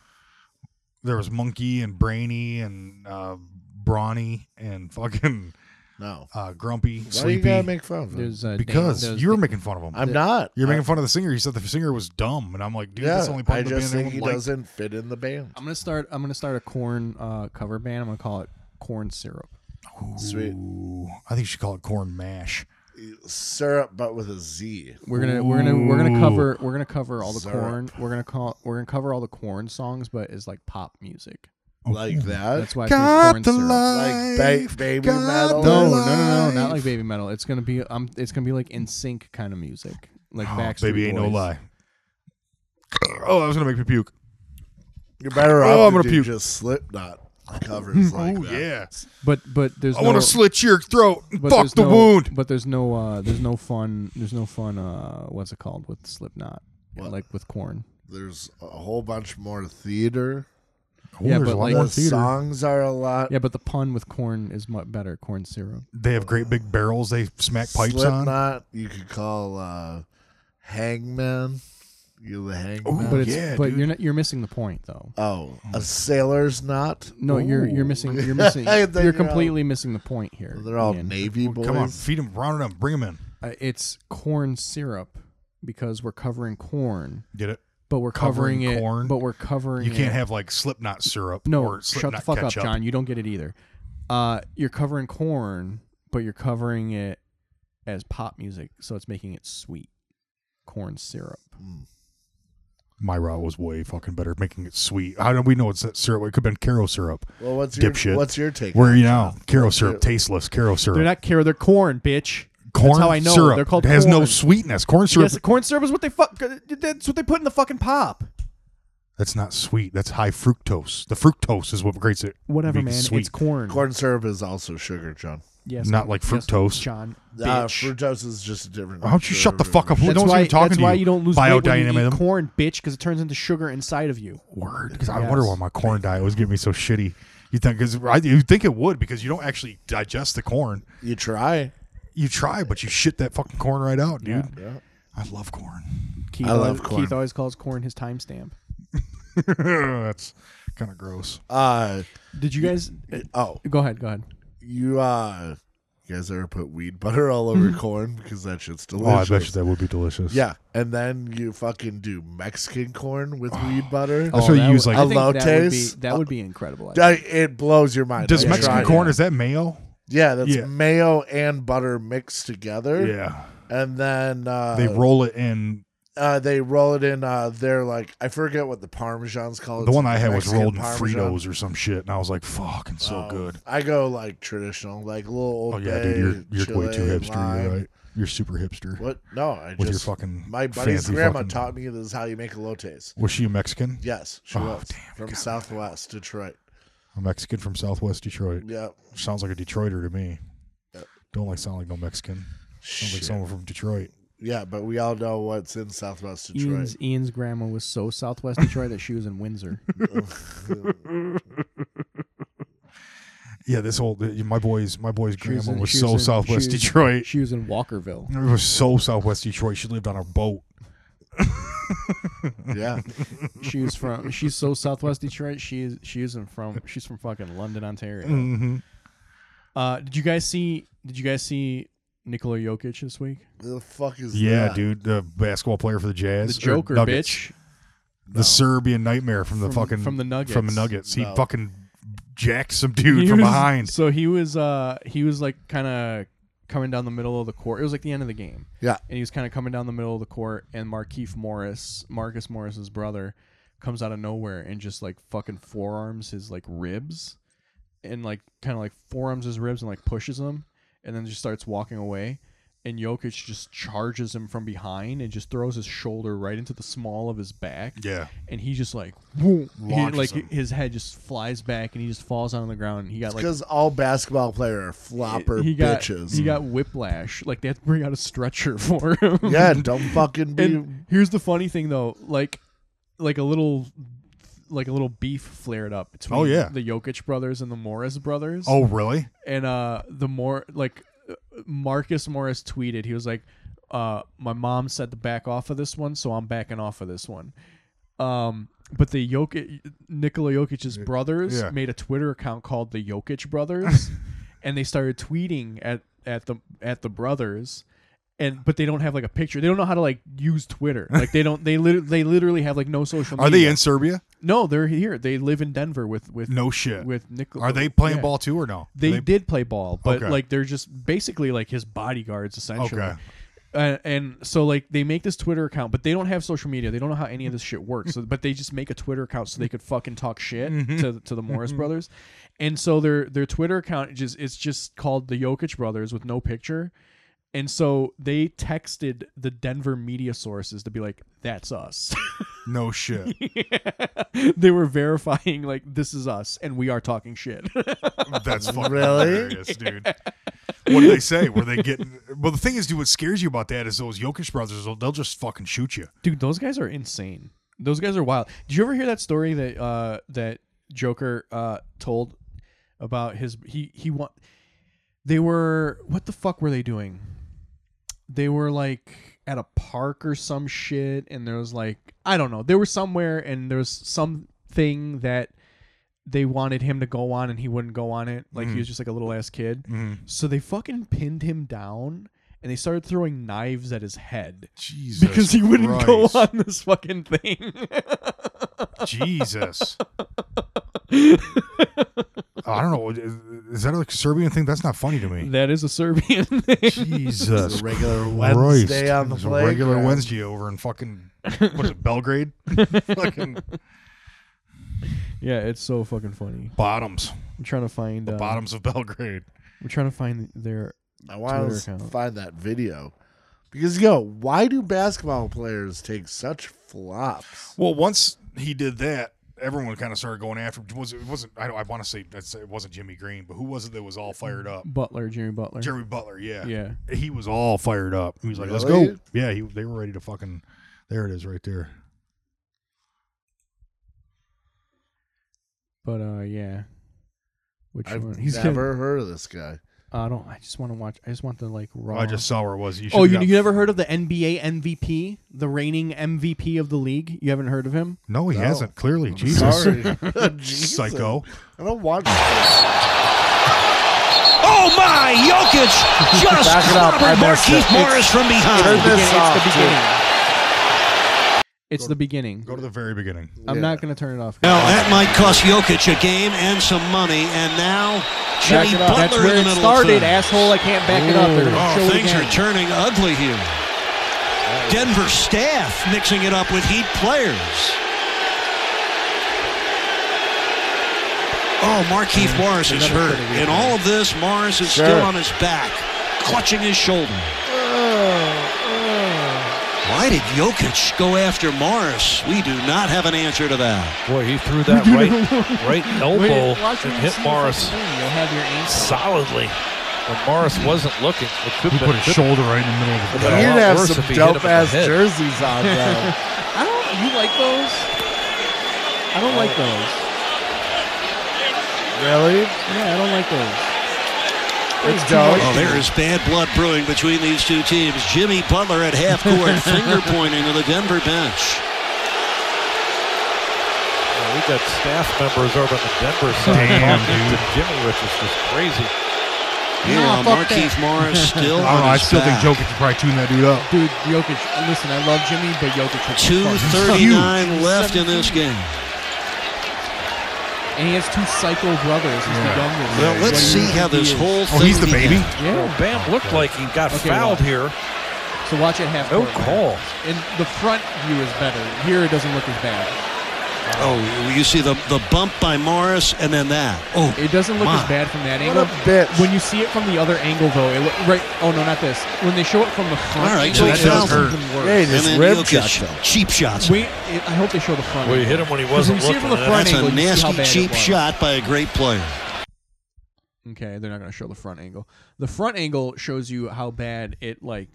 Speaker 4: there was Monkey and Brainy and uh, Brawny and fucking
Speaker 2: No.
Speaker 4: uh, Grumpy,
Speaker 2: Why do you
Speaker 4: Sleepy.
Speaker 2: gotta make fun of him?
Speaker 3: There's uh, Dan-
Speaker 4: because
Speaker 3: there's
Speaker 4: you were
Speaker 3: Dan-
Speaker 4: making fun of him.
Speaker 2: I'm not.
Speaker 4: You're making fun of the singer. You said the singer was dumb, and I'm like, dude,
Speaker 2: yeah,
Speaker 4: that's the only part
Speaker 2: I
Speaker 4: of the band
Speaker 2: just
Speaker 4: that
Speaker 2: think
Speaker 4: would
Speaker 2: he
Speaker 4: like.
Speaker 2: doesn't fit in the band.
Speaker 3: I'm gonna start. I'm gonna start a corn uh, cover band. I'm gonna call it Corn Syrup.
Speaker 2: Sweet
Speaker 4: Ooh, I think she called it corn mash. Oh.
Speaker 2: syrup, but with a Z.
Speaker 3: We're gonna we're gonna we're gonna
Speaker 4: Ooh.
Speaker 3: cover we're gonna cover all the
Speaker 2: Syrup.
Speaker 3: corn. We're gonna call we're gonna cover all the corn songs, but it's like pop music.
Speaker 4: Oh,
Speaker 2: Like that.
Speaker 3: That's why it's
Speaker 4: Got
Speaker 3: called
Speaker 4: the
Speaker 3: corn syrup.
Speaker 4: life,
Speaker 2: Like ba- baby
Speaker 4: got
Speaker 2: metal.
Speaker 4: the
Speaker 3: No, no, no, no,
Speaker 4: life.
Speaker 3: not like baby metal. It's gonna be um, it's gonna be like in sync kind of music, like
Speaker 4: Oh,
Speaker 3: Backstreet
Speaker 4: baby, ain't no
Speaker 3: Boys.
Speaker 4: lie. Oh, that was gonna make me puke.
Speaker 2: You're better
Speaker 4: Oh,
Speaker 2: off.
Speaker 4: I'm
Speaker 2: if
Speaker 4: gonna
Speaker 2: you
Speaker 4: puke.
Speaker 2: Just Slipknot
Speaker 4: *laughs*
Speaker 2: covers like
Speaker 4: oh
Speaker 2: that.
Speaker 4: yeah,
Speaker 3: But but there's
Speaker 4: I
Speaker 3: no,
Speaker 4: want to slit your throat. and
Speaker 3: but
Speaker 4: Fuck
Speaker 3: there's
Speaker 4: the
Speaker 3: no-
Speaker 4: wound.
Speaker 3: But there's no uh there's no fun there's no fun uh what's it called with Slipknot
Speaker 2: What?
Speaker 3: like with corn.
Speaker 2: There's a whole bunch more theater.
Speaker 4: Oh,
Speaker 3: Yeah,
Speaker 4: there's
Speaker 3: but
Speaker 4: a lot
Speaker 3: like-
Speaker 4: more
Speaker 2: The
Speaker 4: theater.
Speaker 2: songs are a lot.
Speaker 3: Yeah, but the pun with corn is much better. Corn syrup.
Speaker 4: They have great big barrels. They smack pipes on.
Speaker 2: Slipknot, you could call uh, Hangman. You the Hangman.
Speaker 3: But it's
Speaker 4: Oh, yeah,
Speaker 3: but
Speaker 4: dude.
Speaker 3: you're not, you're missing the point though.
Speaker 2: oh, a sailor's knot.
Speaker 3: No, you're you're missing
Speaker 2: *laughs*
Speaker 4: *laughs*
Speaker 3: you're missing
Speaker 2: I thought
Speaker 3: you're
Speaker 2: you were-
Speaker 3: completely missing the point here.
Speaker 2: They're all
Speaker 3: Ian.
Speaker 2: navy boys.
Speaker 4: Come on, feed them, round them, bring them in.
Speaker 3: Uh, it's corn syrup because we're covering corn,
Speaker 4: Get it?
Speaker 3: but we're
Speaker 4: Covering
Speaker 3: covering, it.
Speaker 4: corn?
Speaker 3: But we're covering.
Speaker 4: You
Speaker 3: it-
Speaker 4: can't have like Slipknot syrup.
Speaker 3: no.
Speaker 4: or
Speaker 3: shut the
Speaker 4: Slipknot
Speaker 3: fuck up,
Speaker 4: ketchup.
Speaker 3: John. You don't get it either. Uh, you're covering corn, but you're covering it as pop music, so it's making it sweet. Corn syrup.
Speaker 4: My route was way fucking better, making it sweet. How do we know it's that syrup? It could have been Caro syrup.
Speaker 2: Well, what's your
Speaker 4: Dipshit.
Speaker 2: what's your take?
Speaker 4: Where are
Speaker 2: on
Speaker 4: you
Speaker 2: it?
Speaker 4: now? Caro syrup, tasteless. Caro syrup.
Speaker 3: They're not care. They're corn, bitch.
Speaker 4: corn
Speaker 3: That's how I know
Speaker 4: syrup.
Speaker 3: they're called
Speaker 4: It has no
Speaker 3: corn.
Speaker 4: sweetness. Corn syrup.
Speaker 3: Yes, corn syrup is what they fuck. That's what they put in the fucking pop.
Speaker 4: That's not sweet. That's high fructose. The fructose is what creates it.
Speaker 3: Whatever,
Speaker 4: being
Speaker 3: man.
Speaker 4: Sweet.
Speaker 3: It's corn.
Speaker 2: Corn syrup is also sugar, John.
Speaker 3: Yes,
Speaker 4: Not like
Speaker 3: yes,
Speaker 4: fructose.
Speaker 3: John.
Speaker 2: Uh,
Speaker 3: bitch.
Speaker 2: fructose is just a different.
Speaker 4: Why don't you shut the fuck up? Who
Speaker 3: That's
Speaker 4: knows
Speaker 3: why,
Speaker 4: who talking
Speaker 3: that's
Speaker 4: to
Speaker 3: why
Speaker 4: you?
Speaker 3: you don't lose weight when you eat
Speaker 4: Biodynamism.
Speaker 3: corn, bitch, because it turns into sugar inside of you.
Speaker 4: word because I
Speaker 3: Yes.
Speaker 4: wonder why my corn diet was getting me so shitty. You think because you think it would because you don't actually digest the corn.
Speaker 2: You try.
Speaker 4: You try, but you shit that fucking corn right out, dude.
Speaker 3: Yeah.
Speaker 2: Yeah.
Speaker 4: I love corn.
Speaker 3: Keith,
Speaker 2: I
Speaker 3: always,
Speaker 2: love corn.
Speaker 3: Keith always calls corn his timestamp.
Speaker 4: That's kind of gross.
Speaker 2: Uh
Speaker 3: Did you guys? uh,
Speaker 2: oh,
Speaker 3: go ahead. Go ahead.
Speaker 2: you uh, you guys ever put weed butter all
Speaker 4: *laughs*
Speaker 2: over corn because that shit's
Speaker 4: Oh, I
Speaker 2: delicious.
Speaker 4: bet you that would be delicious.
Speaker 2: Yeah, and then you fucking do Mexican corn
Speaker 4: *sighs*
Speaker 2: with weed butter.
Speaker 4: That's what you use, like-
Speaker 3: I think Oh, that would be
Speaker 2: Elotes?
Speaker 3: that would be incredible. I
Speaker 2: Uh, It blows your mind.
Speaker 4: Does
Speaker 2: I
Speaker 4: Mexican
Speaker 2: tried
Speaker 4: corn
Speaker 2: it.
Speaker 4: is that mayo?
Speaker 2: Yeah, that's
Speaker 4: Yeah.
Speaker 2: mayo and butter mixed together.
Speaker 4: Yeah,
Speaker 2: and then uh,
Speaker 4: they roll it in.
Speaker 2: uh, they roll it in. Uh, they're like I forget what the Parmesan's called.
Speaker 4: The
Speaker 2: It's
Speaker 4: one
Speaker 2: like
Speaker 4: I had was
Speaker 2: Mexican
Speaker 4: rolled in
Speaker 2: Parmesan.
Speaker 4: Fritos or some shit, and I was like, "Fucking so
Speaker 2: Um,
Speaker 4: good."
Speaker 2: I go like traditional, like little old.
Speaker 4: Oh yeah, dude, you're you're way too hipster.
Speaker 2: Lime.
Speaker 4: You're right. You're super hipster.
Speaker 2: What? No, I
Speaker 4: With your
Speaker 2: just
Speaker 4: fucking
Speaker 2: my buddy's
Speaker 4: fancy
Speaker 2: grandma
Speaker 4: fucking-
Speaker 2: taught me this is how you make elotes.
Speaker 4: Was she a Mexican?
Speaker 2: Yes, she
Speaker 4: Oh,
Speaker 2: was
Speaker 4: damn,
Speaker 2: from
Speaker 4: God.
Speaker 2: Southwest Detroit.
Speaker 4: A Mexican from Southwest Detroit.
Speaker 2: Yeah,
Speaker 4: Sounds like a Detroiter to me. Don't like sound like no Mexican. Sounds like
Speaker 2: Shit.
Speaker 4: someone from Detroit.
Speaker 2: yeah, but we all know what's in Southwest Detroit.
Speaker 3: Ian's, Ian's grandma was so Southwest Detroit that she was in
Speaker 4: *laughs*
Speaker 3: Windsor.
Speaker 4: Yeah, this whole my boys, my boys'
Speaker 3: She was
Speaker 4: grandma
Speaker 3: in-
Speaker 4: was
Speaker 3: she
Speaker 4: so
Speaker 3: in-
Speaker 4: Southwest
Speaker 3: she was-
Speaker 4: Detroit.
Speaker 3: She was in Walkerville.
Speaker 4: It was so Southwest Detroit. She lived on a boat. *laughs*
Speaker 2: yeah,
Speaker 3: She was from. She's so Southwest Detroit. She is. She isn't from. She's from fucking London, Ontario.
Speaker 4: Mm.
Speaker 2: Mm-hmm.
Speaker 3: Uh, did you guys see? Did you guys see Nikola Jokic this week?
Speaker 2: the fuck is
Speaker 4: Yeah,
Speaker 2: that?
Speaker 4: dude, the basketball player for the
Speaker 3: The
Speaker 4: Jazz, or
Speaker 3: Joker,
Speaker 4: Nuggets.
Speaker 3: bitch.
Speaker 4: the Serbian nightmare from the
Speaker 3: From-
Speaker 4: fucking
Speaker 3: from the Nuggets.
Speaker 4: from the Nuggets. He
Speaker 2: No.
Speaker 4: fucking jacks some dude
Speaker 3: He
Speaker 4: from
Speaker 3: was-
Speaker 4: behind.
Speaker 3: So he was uh he was like kind of coming down the middle of the court. It was like the end of the game.
Speaker 2: Yeah.
Speaker 3: And he was kind of coming down the middle of the court and Markeith Morris, Marcus Morris's brother, comes out of nowhere and just like fucking forearms his like ribs and like kind of like forearms his ribs and like pushes him and then just starts walking away. And Jokic just charges him from behind and just throws his shoulder right into the small of his back
Speaker 4: Yeah,
Speaker 3: and he just like boom, he,
Speaker 4: Launches
Speaker 3: like
Speaker 4: him.
Speaker 3: his head just flies back and he just falls on the ground and he got like
Speaker 2: Because all basketball players are flopper
Speaker 3: he got
Speaker 2: bitches.
Speaker 3: he got whiplash like they have to bring out a stretcher *laughs* for him
Speaker 2: yeah, don't fucking be.
Speaker 3: and here's the funny thing though like like a little like a little beef flared up between
Speaker 4: Oh, yeah.
Speaker 3: the Jokic brothers and the Morris brothers
Speaker 4: Oh, really?
Speaker 3: and uh the more like uh, Marcus Morris tweeted he was like uh my mom said to back off of this one so I'm backing off of this one um but the Jokic Nikola Jokic's brothers
Speaker 4: yeah.
Speaker 3: made a Twitter account called the Jokic
Speaker 4: *laughs*
Speaker 3: brothers and they started tweeting at at the at the brothers and but they don't have like a picture they don't know how to like use Twitter like they don't they literally they literally have like no social media
Speaker 4: Are they in Serbia?
Speaker 3: no they're here they live in Denver with with
Speaker 4: No shit.
Speaker 3: with Nikola
Speaker 4: Are they playing
Speaker 3: Yeah.
Speaker 4: ball too or no?
Speaker 3: They, did play ball, but
Speaker 4: Okay.
Speaker 3: like they're just basically like his bodyguards essentially.
Speaker 4: Okay.
Speaker 3: Uh, and so like they make this Twitter account, but they don't have social media. They don't know how any of this shit works. So, but they just make a Twitter account so they could fucking talk shit
Speaker 4: Mm-hmm.
Speaker 3: to to the Morris brothers. And so their their Twitter account just it's just called the Jokic brothers with no picture. And so they texted the Denver media sources to be like, "That's us." *laughs*
Speaker 4: No shit.
Speaker 3: they were verifying like, "This is us," and we are talking shit.
Speaker 4: That's fucking
Speaker 2: Really?
Speaker 4: hilarious, dude. What do they say? Were they getting? *laughs* Well, the thing is, dude, what scares you about that is those Jokic brothers. They'll, they'll just fucking shoot you.
Speaker 3: Dude, those guys are insane. Those guys are wild. Did you ever hear that story that uh that Joker uh, told about his he he want they were what the fuck were they doing? They were like at a park or some shit, and there was like I don't know. They were somewhere, and there was something that they wanted him to go on, and he wouldn't go on it. Like he was just like a little ass kid. So they fucking pinned him down, and they started throwing knives at his head.
Speaker 4: Jesus,
Speaker 3: Because he wouldn't go
Speaker 4: Christ.
Speaker 3: on this fucking thing. *laughs*
Speaker 4: Jesus. I don't know. Is that a Serbian thing? That's not funny to me.
Speaker 3: that is a Serbian *laughs* thing.
Speaker 4: Jesus.
Speaker 2: a regular
Speaker 4: Christ.
Speaker 2: Wednesday on the
Speaker 4: It's a regular
Speaker 2: playground.
Speaker 4: Wednesday over in fucking what is it,
Speaker 2: *laughs*
Speaker 4: Belgrade? fucking
Speaker 3: yeah, it's so fucking funny.
Speaker 4: bottoms.
Speaker 3: I'm trying to find. uh,
Speaker 4: Bottoms of Belgrade.
Speaker 3: I'm trying to find their.
Speaker 2: I want
Speaker 3: Twitter
Speaker 2: to
Speaker 3: account.
Speaker 2: find that video because yo, why do basketball players take such flops?
Speaker 4: Well, once he did that, everyone kind of started going after him. Was it wasn't I don't I want to say that's it wasn't Jimmy Green, but who was it that was all fired up?
Speaker 2: Mm-hmm.
Speaker 3: Butler, Jerry Butler.
Speaker 4: Jerry Butler, yeah.
Speaker 3: Yeah.
Speaker 4: He was all fired up. He was like, "Let's
Speaker 2: Really?
Speaker 4: go." Yeah, he, they were ready to fucking There it is right there.
Speaker 3: But uh, yeah. Which one?
Speaker 2: I've
Speaker 3: He's
Speaker 2: never
Speaker 3: never.
Speaker 2: heard of this guy.
Speaker 3: I don't. I just want to watch. I just want the like raw.
Speaker 4: Oh, I just saw where it was. You
Speaker 3: Oh,
Speaker 4: should've
Speaker 3: you,
Speaker 4: got-
Speaker 3: you never heard of the NBA MVP, the reigning MVP of the league? You haven't heard of him?
Speaker 4: No, he
Speaker 2: No.
Speaker 4: hasn't. Clearly,
Speaker 2: I'm
Speaker 4: Jesus.
Speaker 2: sorry. *laughs* Jesus.
Speaker 4: Psycho.
Speaker 2: I don't watch. This.
Speaker 6: Oh my,
Speaker 2: *laughs*
Speaker 6: Jokic just
Speaker 2: Back it up. I
Speaker 6: clobbered
Speaker 2: missed
Speaker 6: Marquise
Speaker 2: it.
Speaker 6: Morris from
Speaker 2: Turn
Speaker 6: behind.
Speaker 2: this off,
Speaker 3: it's the
Speaker 2: dude.
Speaker 3: beginning. It's the beginning.
Speaker 4: Go to the very beginning.
Speaker 3: I'm
Speaker 2: Yeah.
Speaker 3: not going to turn it off.
Speaker 6: Now that might cost Jokic a game and some money, and now
Speaker 2: it
Speaker 6: Jimmy
Speaker 2: up.
Speaker 3: That's
Speaker 6: Butler in
Speaker 3: where
Speaker 6: the
Speaker 3: it
Speaker 6: middle
Speaker 3: started,
Speaker 6: of things.
Speaker 3: asshole. I can't back it up. They're gonna show
Speaker 6: Oh,
Speaker 3: it
Speaker 6: things
Speaker 3: again.
Speaker 6: are turning ugly here. Denver staff mixing it up with Heat players. Oh, Markeith Morris is hurt. In all of this, Morris is
Speaker 2: Sure.
Speaker 6: still on his back, clutching his shoulder.
Speaker 3: Uh,
Speaker 6: Why did Jokic go after Morris? We do not have an answer to that.
Speaker 7: Boy, he threw that right, right elbow and hit Morris
Speaker 3: You'll have your answer.
Speaker 7: solidly when Morris wasn't looking. It could
Speaker 4: He
Speaker 7: have
Speaker 4: put his
Speaker 7: been.
Speaker 4: shoulder right in the middle of the
Speaker 2: He'd
Speaker 7: Yeah, a
Speaker 4: bed.
Speaker 7: lot
Speaker 2: have
Speaker 7: worse
Speaker 2: some
Speaker 7: if he hit him
Speaker 2: dope
Speaker 7: in the
Speaker 2: ass
Speaker 7: head.
Speaker 2: jerseys on though.
Speaker 3: *laughs* I don't. You like those? I don't like those.
Speaker 2: really?
Speaker 3: Yeah, I don't like those.
Speaker 2: It's dope.
Speaker 6: Well, there is bad blood brewing between these two teams. Jimmy Butler at half *laughs* court, finger pointing to the Denver bench.
Speaker 7: We got staff members over on the Denver
Speaker 4: *laughs*
Speaker 7: side
Speaker 4: Damn,
Speaker 7: talking
Speaker 4: dude.
Speaker 7: to Jimmy, which is just crazy.
Speaker 6: Meanwhile, Markeith *laughs* Morris Oh, still
Speaker 4: I don't know.
Speaker 6: on
Speaker 4: I
Speaker 6: his
Speaker 4: still think
Speaker 6: back.
Speaker 4: Jokic could probably tune that dude up.
Speaker 3: Dude, Jokic. Listen, I love Jimmy, but Jokic. is fucking-
Speaker 6: 239 left in this game.
Speaker 3: And he has two psycho brothers. He's the youngest.
Speaker 6: Well, let's
Speaker 3: What do you
Speaker 6: see how
Speaker 3: think he
Speaker 6: this
Speaker 3: is?
Speaker 6: whole
Speaker 4: Oh,
Speaker 6: thing
Speaker 4: he's the
Speaker 6: began.
Speaker 4: baby.
Speaker 3: Yeah.
Speaker 7: Bam looked like he got
Speaker 3: Okay,
Speaker 7: fouled
Speaker 3: well.
Speaker 7: here.
Speaker 3: So watch it half.
Speaker 7: No
Speaker 3: court, man.
Speaker 7: call.
Speaker 3: And the front view is better. Here it doesn't look as bad.
Speaker 6: Oh, you see the, the bump by Morris and then that. Oh,
Speaker 3: It doesn't look
Speaker 6: My.
Speaker 3: as bad from that
Speaker 2: What
Speaker 3: angle.
Speaker 2: a bitch.
Speaker 3: When you see it from the other angle, though, it look, right? Oh no, not this. When they show it from the front,
Speaker 6: All right,
Speaker 3: angle,
Speaker 6: so
Speaker 3: it
Speaker 6: that
Speaker 3: looks
Speaker 6: does
Speaker 4: hurt.
Speaker 3: even
Speaker 2: Yeah,
Speaker 3: worse.
Speaker 2: it
Speaker 6: and
Speaker 2: His
Speaker 6: then
Speaker 2: rib
Speaker 6: Jokic.
Speaker 2: shot, though.
Speaker 6: cheap shots.
Speaker 3: Wait, it, I hope they show the front.
Speaker 7: Well, you
Speaker 3: angle.
Speaker 7: hit him when he
Speaker 3: Because when
Speaker 7: wasn't
Speaker 3: you see it from
Speaker 7: looking.
Speaker 3: the
Speaker 7: and
Speaker 3: front
Speaker 6: That's a
Speaker 3: angle, you see how
Speaker 6: nasty
Speaker 3: bad it
Speaker 6: cheap
Speaker 3: was.
Speaker 6: shot by a great player.
Speaker 3: Okay, they're not going to show the front angle. The front angle shows you how bad it like,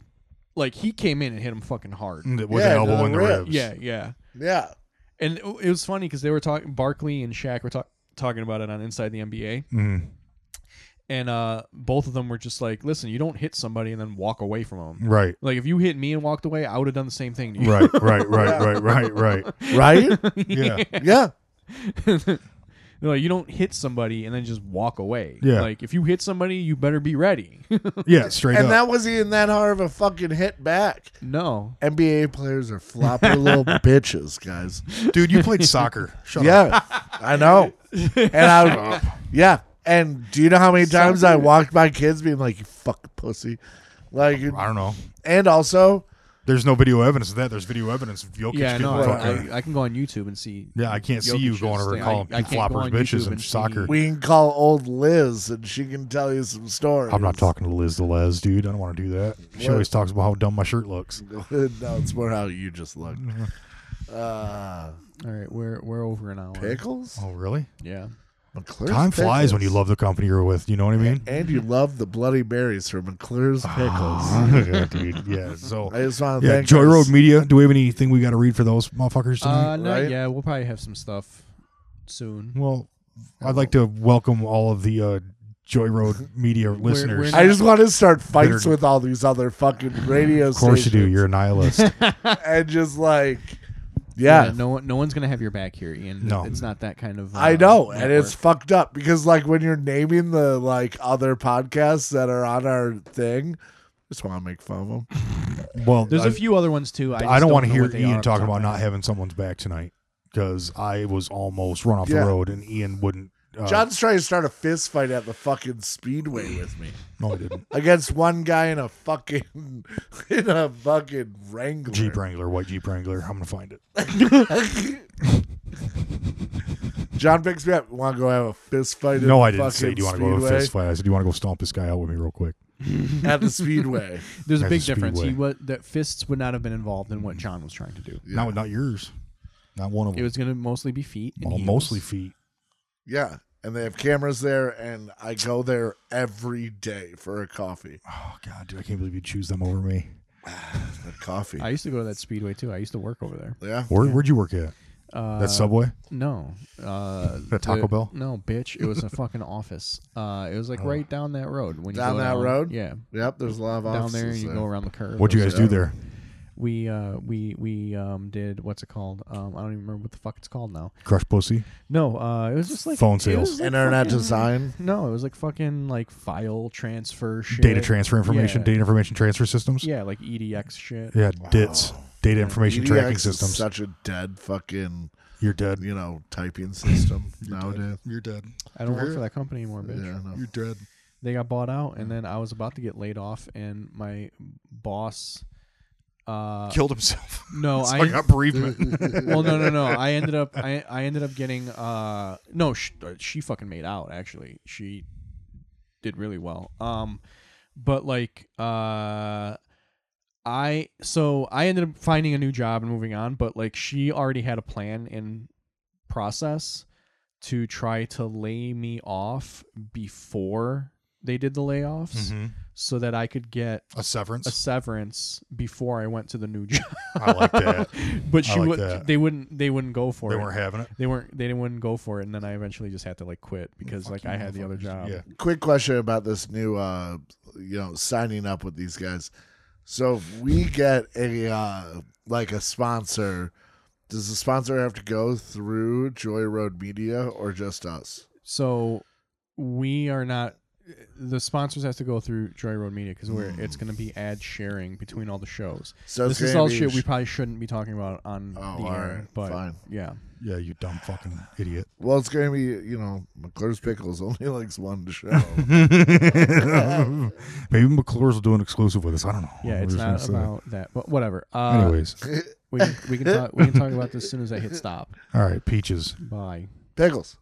Speaker 3: like he came in and hit him fucking hard.
Speaker 4: With
Speaker 2: Yeah,
Speaker 4: an elbow
Speaker 2: the
Speaker 4: in the
Speaker 2: ribs.
Speaker 4: ribs.
Speaker 3: Yeah, yeah.
Speaker 2: Yeah.
Speaker 3: And it it was funny because they were talking. Barkley and Shaq were talk- talking about it on Inside the NBA,
Speaker 4: Mhm.
Speaker 3: and uh, both of them were just like, "Listen, you don't hit somebody and then walk away from them.
Speaker 4: Right.
Speaker 3: Like if you hit me and walked away, I would have done the same thing to you."
Speaker 4: Right. Right. Right. Right. Right. *laughs* Right.
Speaker 2: Right?
Speaker 3: *laughs*
Speaker 4: Yeah.
Speaker 2: yeah.
Speaker 3: They're like, you don't hit somebody and then just walk away.
Speaker 4: Yeah.
Speaker 3: Like if you hit somebody, you better be ready. *laughs*
Speaker 4: Yeah. Straight
Speaker 2: And
Speaker 4: up.
Speaker 2: that wasn't even that hard of a fucking hit back.
Speaker 3: no.
Speaker 2: NBA players are floppy
Speaker 4: *laughs*
Speaker 2: little bitches, guys.
Speaker 4: Dude, you played soccer. Shut up.
Speaker 2: yeah, I know. And I, yeah. And do you know how many times I walked by kids being like, "You fucking pussy," like,
Speaker 4: I don't know.
Speaker 2: and also,
Speaker 4: There's no video evidence of that. There's video evidence of Jokic
Speaker 3: Yeah,
Speaker 4: getting
Speaker 3: no,
Speaker 4: fucked
Speaker 3: I,
Speaker 4: up.
Speaker 3: I, I can go on YouTube and see.
Speaker 4: Yeah, I can't see you
Speaker 3: Jokic's
Speaker 4: going over and
Speaker 3: thing.
Speaker 4: calling
Speaker 3: I, I can't go
Speaker 4: floppers
Speaker 3: on
Speaker 4: bitches
Speaker 3: YouTube
Speaker 4: and
Speaker 3: see-
Speaker 4: soccer.
Speaker 2: we can call old Liz, and she can tell you some stories.
Speaker 4: I'm not talking to Liz Delez, dude. I don't want to do that. She
Speaker 2: What?
Speaker 4: always talks about how dumb my shirt looks.
Speaker 2: *laughs* no, it's more how you just look. Uh,
Speaker 3: All right, we're we're over an hour.
Speaker 2: pickles.
Speaker 4: Oh, really?
Speaker 3: Yeah.
Speaker 2: McClure's
Speaker 4: Time flies when you
Speaker 2: Pickles.
Speaker 4: love the company you're with. You know what I mean?
Speaker 2: and you love the bloody berries from McClure's
Speaker 4: Ah.
Speaker 2: Pickles.
Speaker 4: yeah, dude. *laughs* Yeah. So.
Speaker 2: I just want to
Speaker 4: Yeah,
Speaker 2: thank
Speaker 4: Joy
Speaker 2: our
Speaker 4: Road Media. Do we have anything we got to read for those motherfuckers? Tonight?
Speaker 3: Uh, no,
Speaker 2: Right?
Speaker 3: yeah, we'll probably have some stuff. soon.
Speaker 4: Well, I'd like to welcome all of the uh, Joy Road media listeners.
Speaker 3: we're-
Speaker 2: I just want to start fights
Speaker 4: Better-
Speaker 2: with all these other fucking radio
Speaker 4: of course you do. You're a nihilist.
Speaker 2: *laughs* and just like, yeah,
Speaker 3: no one, no one's gonna have your back here, Ian.
Speaker 4: No.
Speaker 3: it's not that kind of. Uh,
Speaker 2: I know, and it's
Speaker 3: network.
Speaker 2: fucked up because like when you're naming the like other podcasts that are on our thing, just want to make fun of them.
Speaker 4: well,
Speaker 3: There's
Speaker 4: I-
Speaker 3: a few other ones too. I,
Speaker 4: I, don't want to hear Ian
Speaker 3: talk
Speaker 4: talking about not having someone's back tonight because I was almost run off
Speaker 2: Yeah.
Speaker 4: the road and Ian wouldn't. Uh,
Speaker 2: John's trying to start a fist fight at the fucking speedway with me
Speaker 4: no, I didn't.
Speaker 2: against one guy in a fucking *laughs* in a fucking Wrangler.
Speaker 4: Jeep Wrangler, white Jeep Wrangler. I'm gonna find it.
Speaker 2: *laughs* John picks me up. Want to go have a fist fight?
Speaker 4: No,
Speaker 2: at
Speaker 4: I didn't say.
Speaker 2: fucking
Speaker 4: Do you want to go to a
Speaker 2: Speedway?"
Speaker 4: fist fight? I said, do you want to go stomp this guy out with me real quick?
Speaker 2: at
Speaker 4: *laughs*
Speaker 2: the speedway?
Speaker 3: There's a
Speaker 4: That's
Speaker 3: big
Speaker 4: a
Speaker 3: difference. He
Speaker 4: speedway.
Speaker 3: wa- that fists would not have been involved in what John was trying to do.
Speaker 4: No, not yours. Not one of
Speaker 3: It
Speaker 4: them.
Speaker 3: was gonna mostly be feet. and
Speaker 4: Well,
Speaker 3: heels.
Speaker 4: mostly feet.
Speaker 2: Yeah, and they have cameras there, and I go there every day for a coffee.
Speaker 4: Oh God, dude, I can't believe you choose them over me.
Speaker 2: A coffee.
Speaker 3: I used to go to that speedway too. I used to work over there.
Speaker 2: yeah.
Speaker 4: Where, Where'd you work at?
Speaker 3: Uh,
Speaker 4: That Subway.
Speaker 3: No. Uh,
Speaker 4: That *laughs* Taco Bell? Oh.
Speaker 3: No, bitch. It was a *laughs* fucking office. Uh, it was like right down that road. When you
Speaker 2: Down
Speaker 3: go
Speaker 2: that
Speaker 3: down,
Speaker 2: road?
Speaker 3: Yeah.
Speaker 2: Yep, there's a lot of
Speaker 3: Down there,
Speaker 2: offices
Speaker 3: you go around the curve.
Speaker 4: What'd you
Speaker 3: There's-
Speaker 4: guys do there?
Speaker 3: We uh, we we um did what's it called? Um, I don't even remember what the fuck it's called now.
Speaker 4: Crush pussy.
Speaker 3: No, uh, it was just like
Speaker 4: Phone
Speaker 3: it was
Speaker 4: sales.
Speaker 3: like
Speaker 2: Internet
Speaker 3: fucking-
Speaker 2: design.
Speaker 3: *laughs* No, it was like fucking like file transfer shit.
Speaker 4: Data transfer information.
Speaker 3: Yeah.
Speaker 4: Data information transfer systems.
Speaker 3: Yeah, like EDX shit.
Speaker 4: Yeah, DITS. Data information tracking
Speaker 2: EDX is
Speaker 4: systems.
Speaker 2: such a dead fucking,
Speaker 4: You're dead.
Speaker 2: you know, typing
Speaker 4: *laughs*
Speaker 2: system nowadays. Oh.
Speaker 4: You're dead.
Speaker 3: I don't work for that company anymore, bitch.
Speaker 2: Yeah, no.
Speaker 4: dead.
Speaker 3: they got bought out and then i was about to get laid off and my boss uh *laughs*
Speaker 4: Killed himself. *laughs*
Speaker 3: no
Speaker 4: So
Speaker 3: i
Speaker 4: I got
Speaker 3: *laughs*
Speaker 4: bereavement.
Speaker 3: well no no no i ended up i, I ended up getting uh no sh- uh, she fucking made out actually she did really well um but like uh i so i ended up finding a new job and moving on but like she already had a plan in process to try to lay me off before they did the layoffs
Speaker 4: Mm-hmm.
Speaker 3: so that I could get
Speaker 4: A
Speaker 3: a *laughs*
Speaker 4: severance.
Speaker 3: severance before I went to the new *laughs* job.
Speaker 4: I like that.
Speaker 3: *laughs* but she
Speaker 4: I like
Speaker 3: would
Speaker 4: that.
Speaker 3: they wouldn't they wouldn't go for
Speaker 4: they
Speaker 3: it.
Speaker 4: weren't having it.
Speaker 3: they weren't they wouldn't go for it and then I eventually just had to like quit because like I had the other job.
Speaker 4: Yeah.
Speaker 2: Quick question about this new, uh, you know, signing up with these guys. So if we get a, uh, like a sponsor, does the sponsor have to go through Joy Road Media or just us?
Speaker 3: So we are not the sponsors has to go through Joy Road Media because we're it's going to
Speaker 4: *sighs*
Speaker 3: be ad sharing between all the shows.
Speaker 2: So it's
Speaker 3: this is
Speaker 2: gonna
Speaker 3: all
Speaker 2: be
Speaker 3: shit we
Speaker 2: sh-
Speaker 3: probably shouldn't be talking about on
Speaker 2: Oh,
Speaker 3: the
Speaker 2: all
Speaker 3: air.
Speaker 2: right,
Speaker 3: but
Speaker 2: fine.
Speaker 3: yeah,
Speaker 4: Yeah, you dumb fucking
Speaker 3: *laughs*
Speaker 4: idiot.
Speaker 2: Well, it's going to be, you know, McClure's Pickles only *laughs* likes one show.
Speaker 3: *laughs*
Speaker 4: Maybe McClure's will do an exclusive with us. I don't know.
Speaker 3: yeah,
Speaker 4: We're
Speaker 3: it's
Speaker 4: just gonna
Speaker 3: not
Speaker 4: say-
Speaker 3: about that. But whatever. Uh,
Speaker 4: Anyways,
Speaker 3: we
Speaker 4: *laughs*
Speaker 3: can, we can talk we can talk about this as soon as I hit stop.
Speaker 4: all right, peaches.
Speaker 3: Bye.
Speaker 2: Pickles.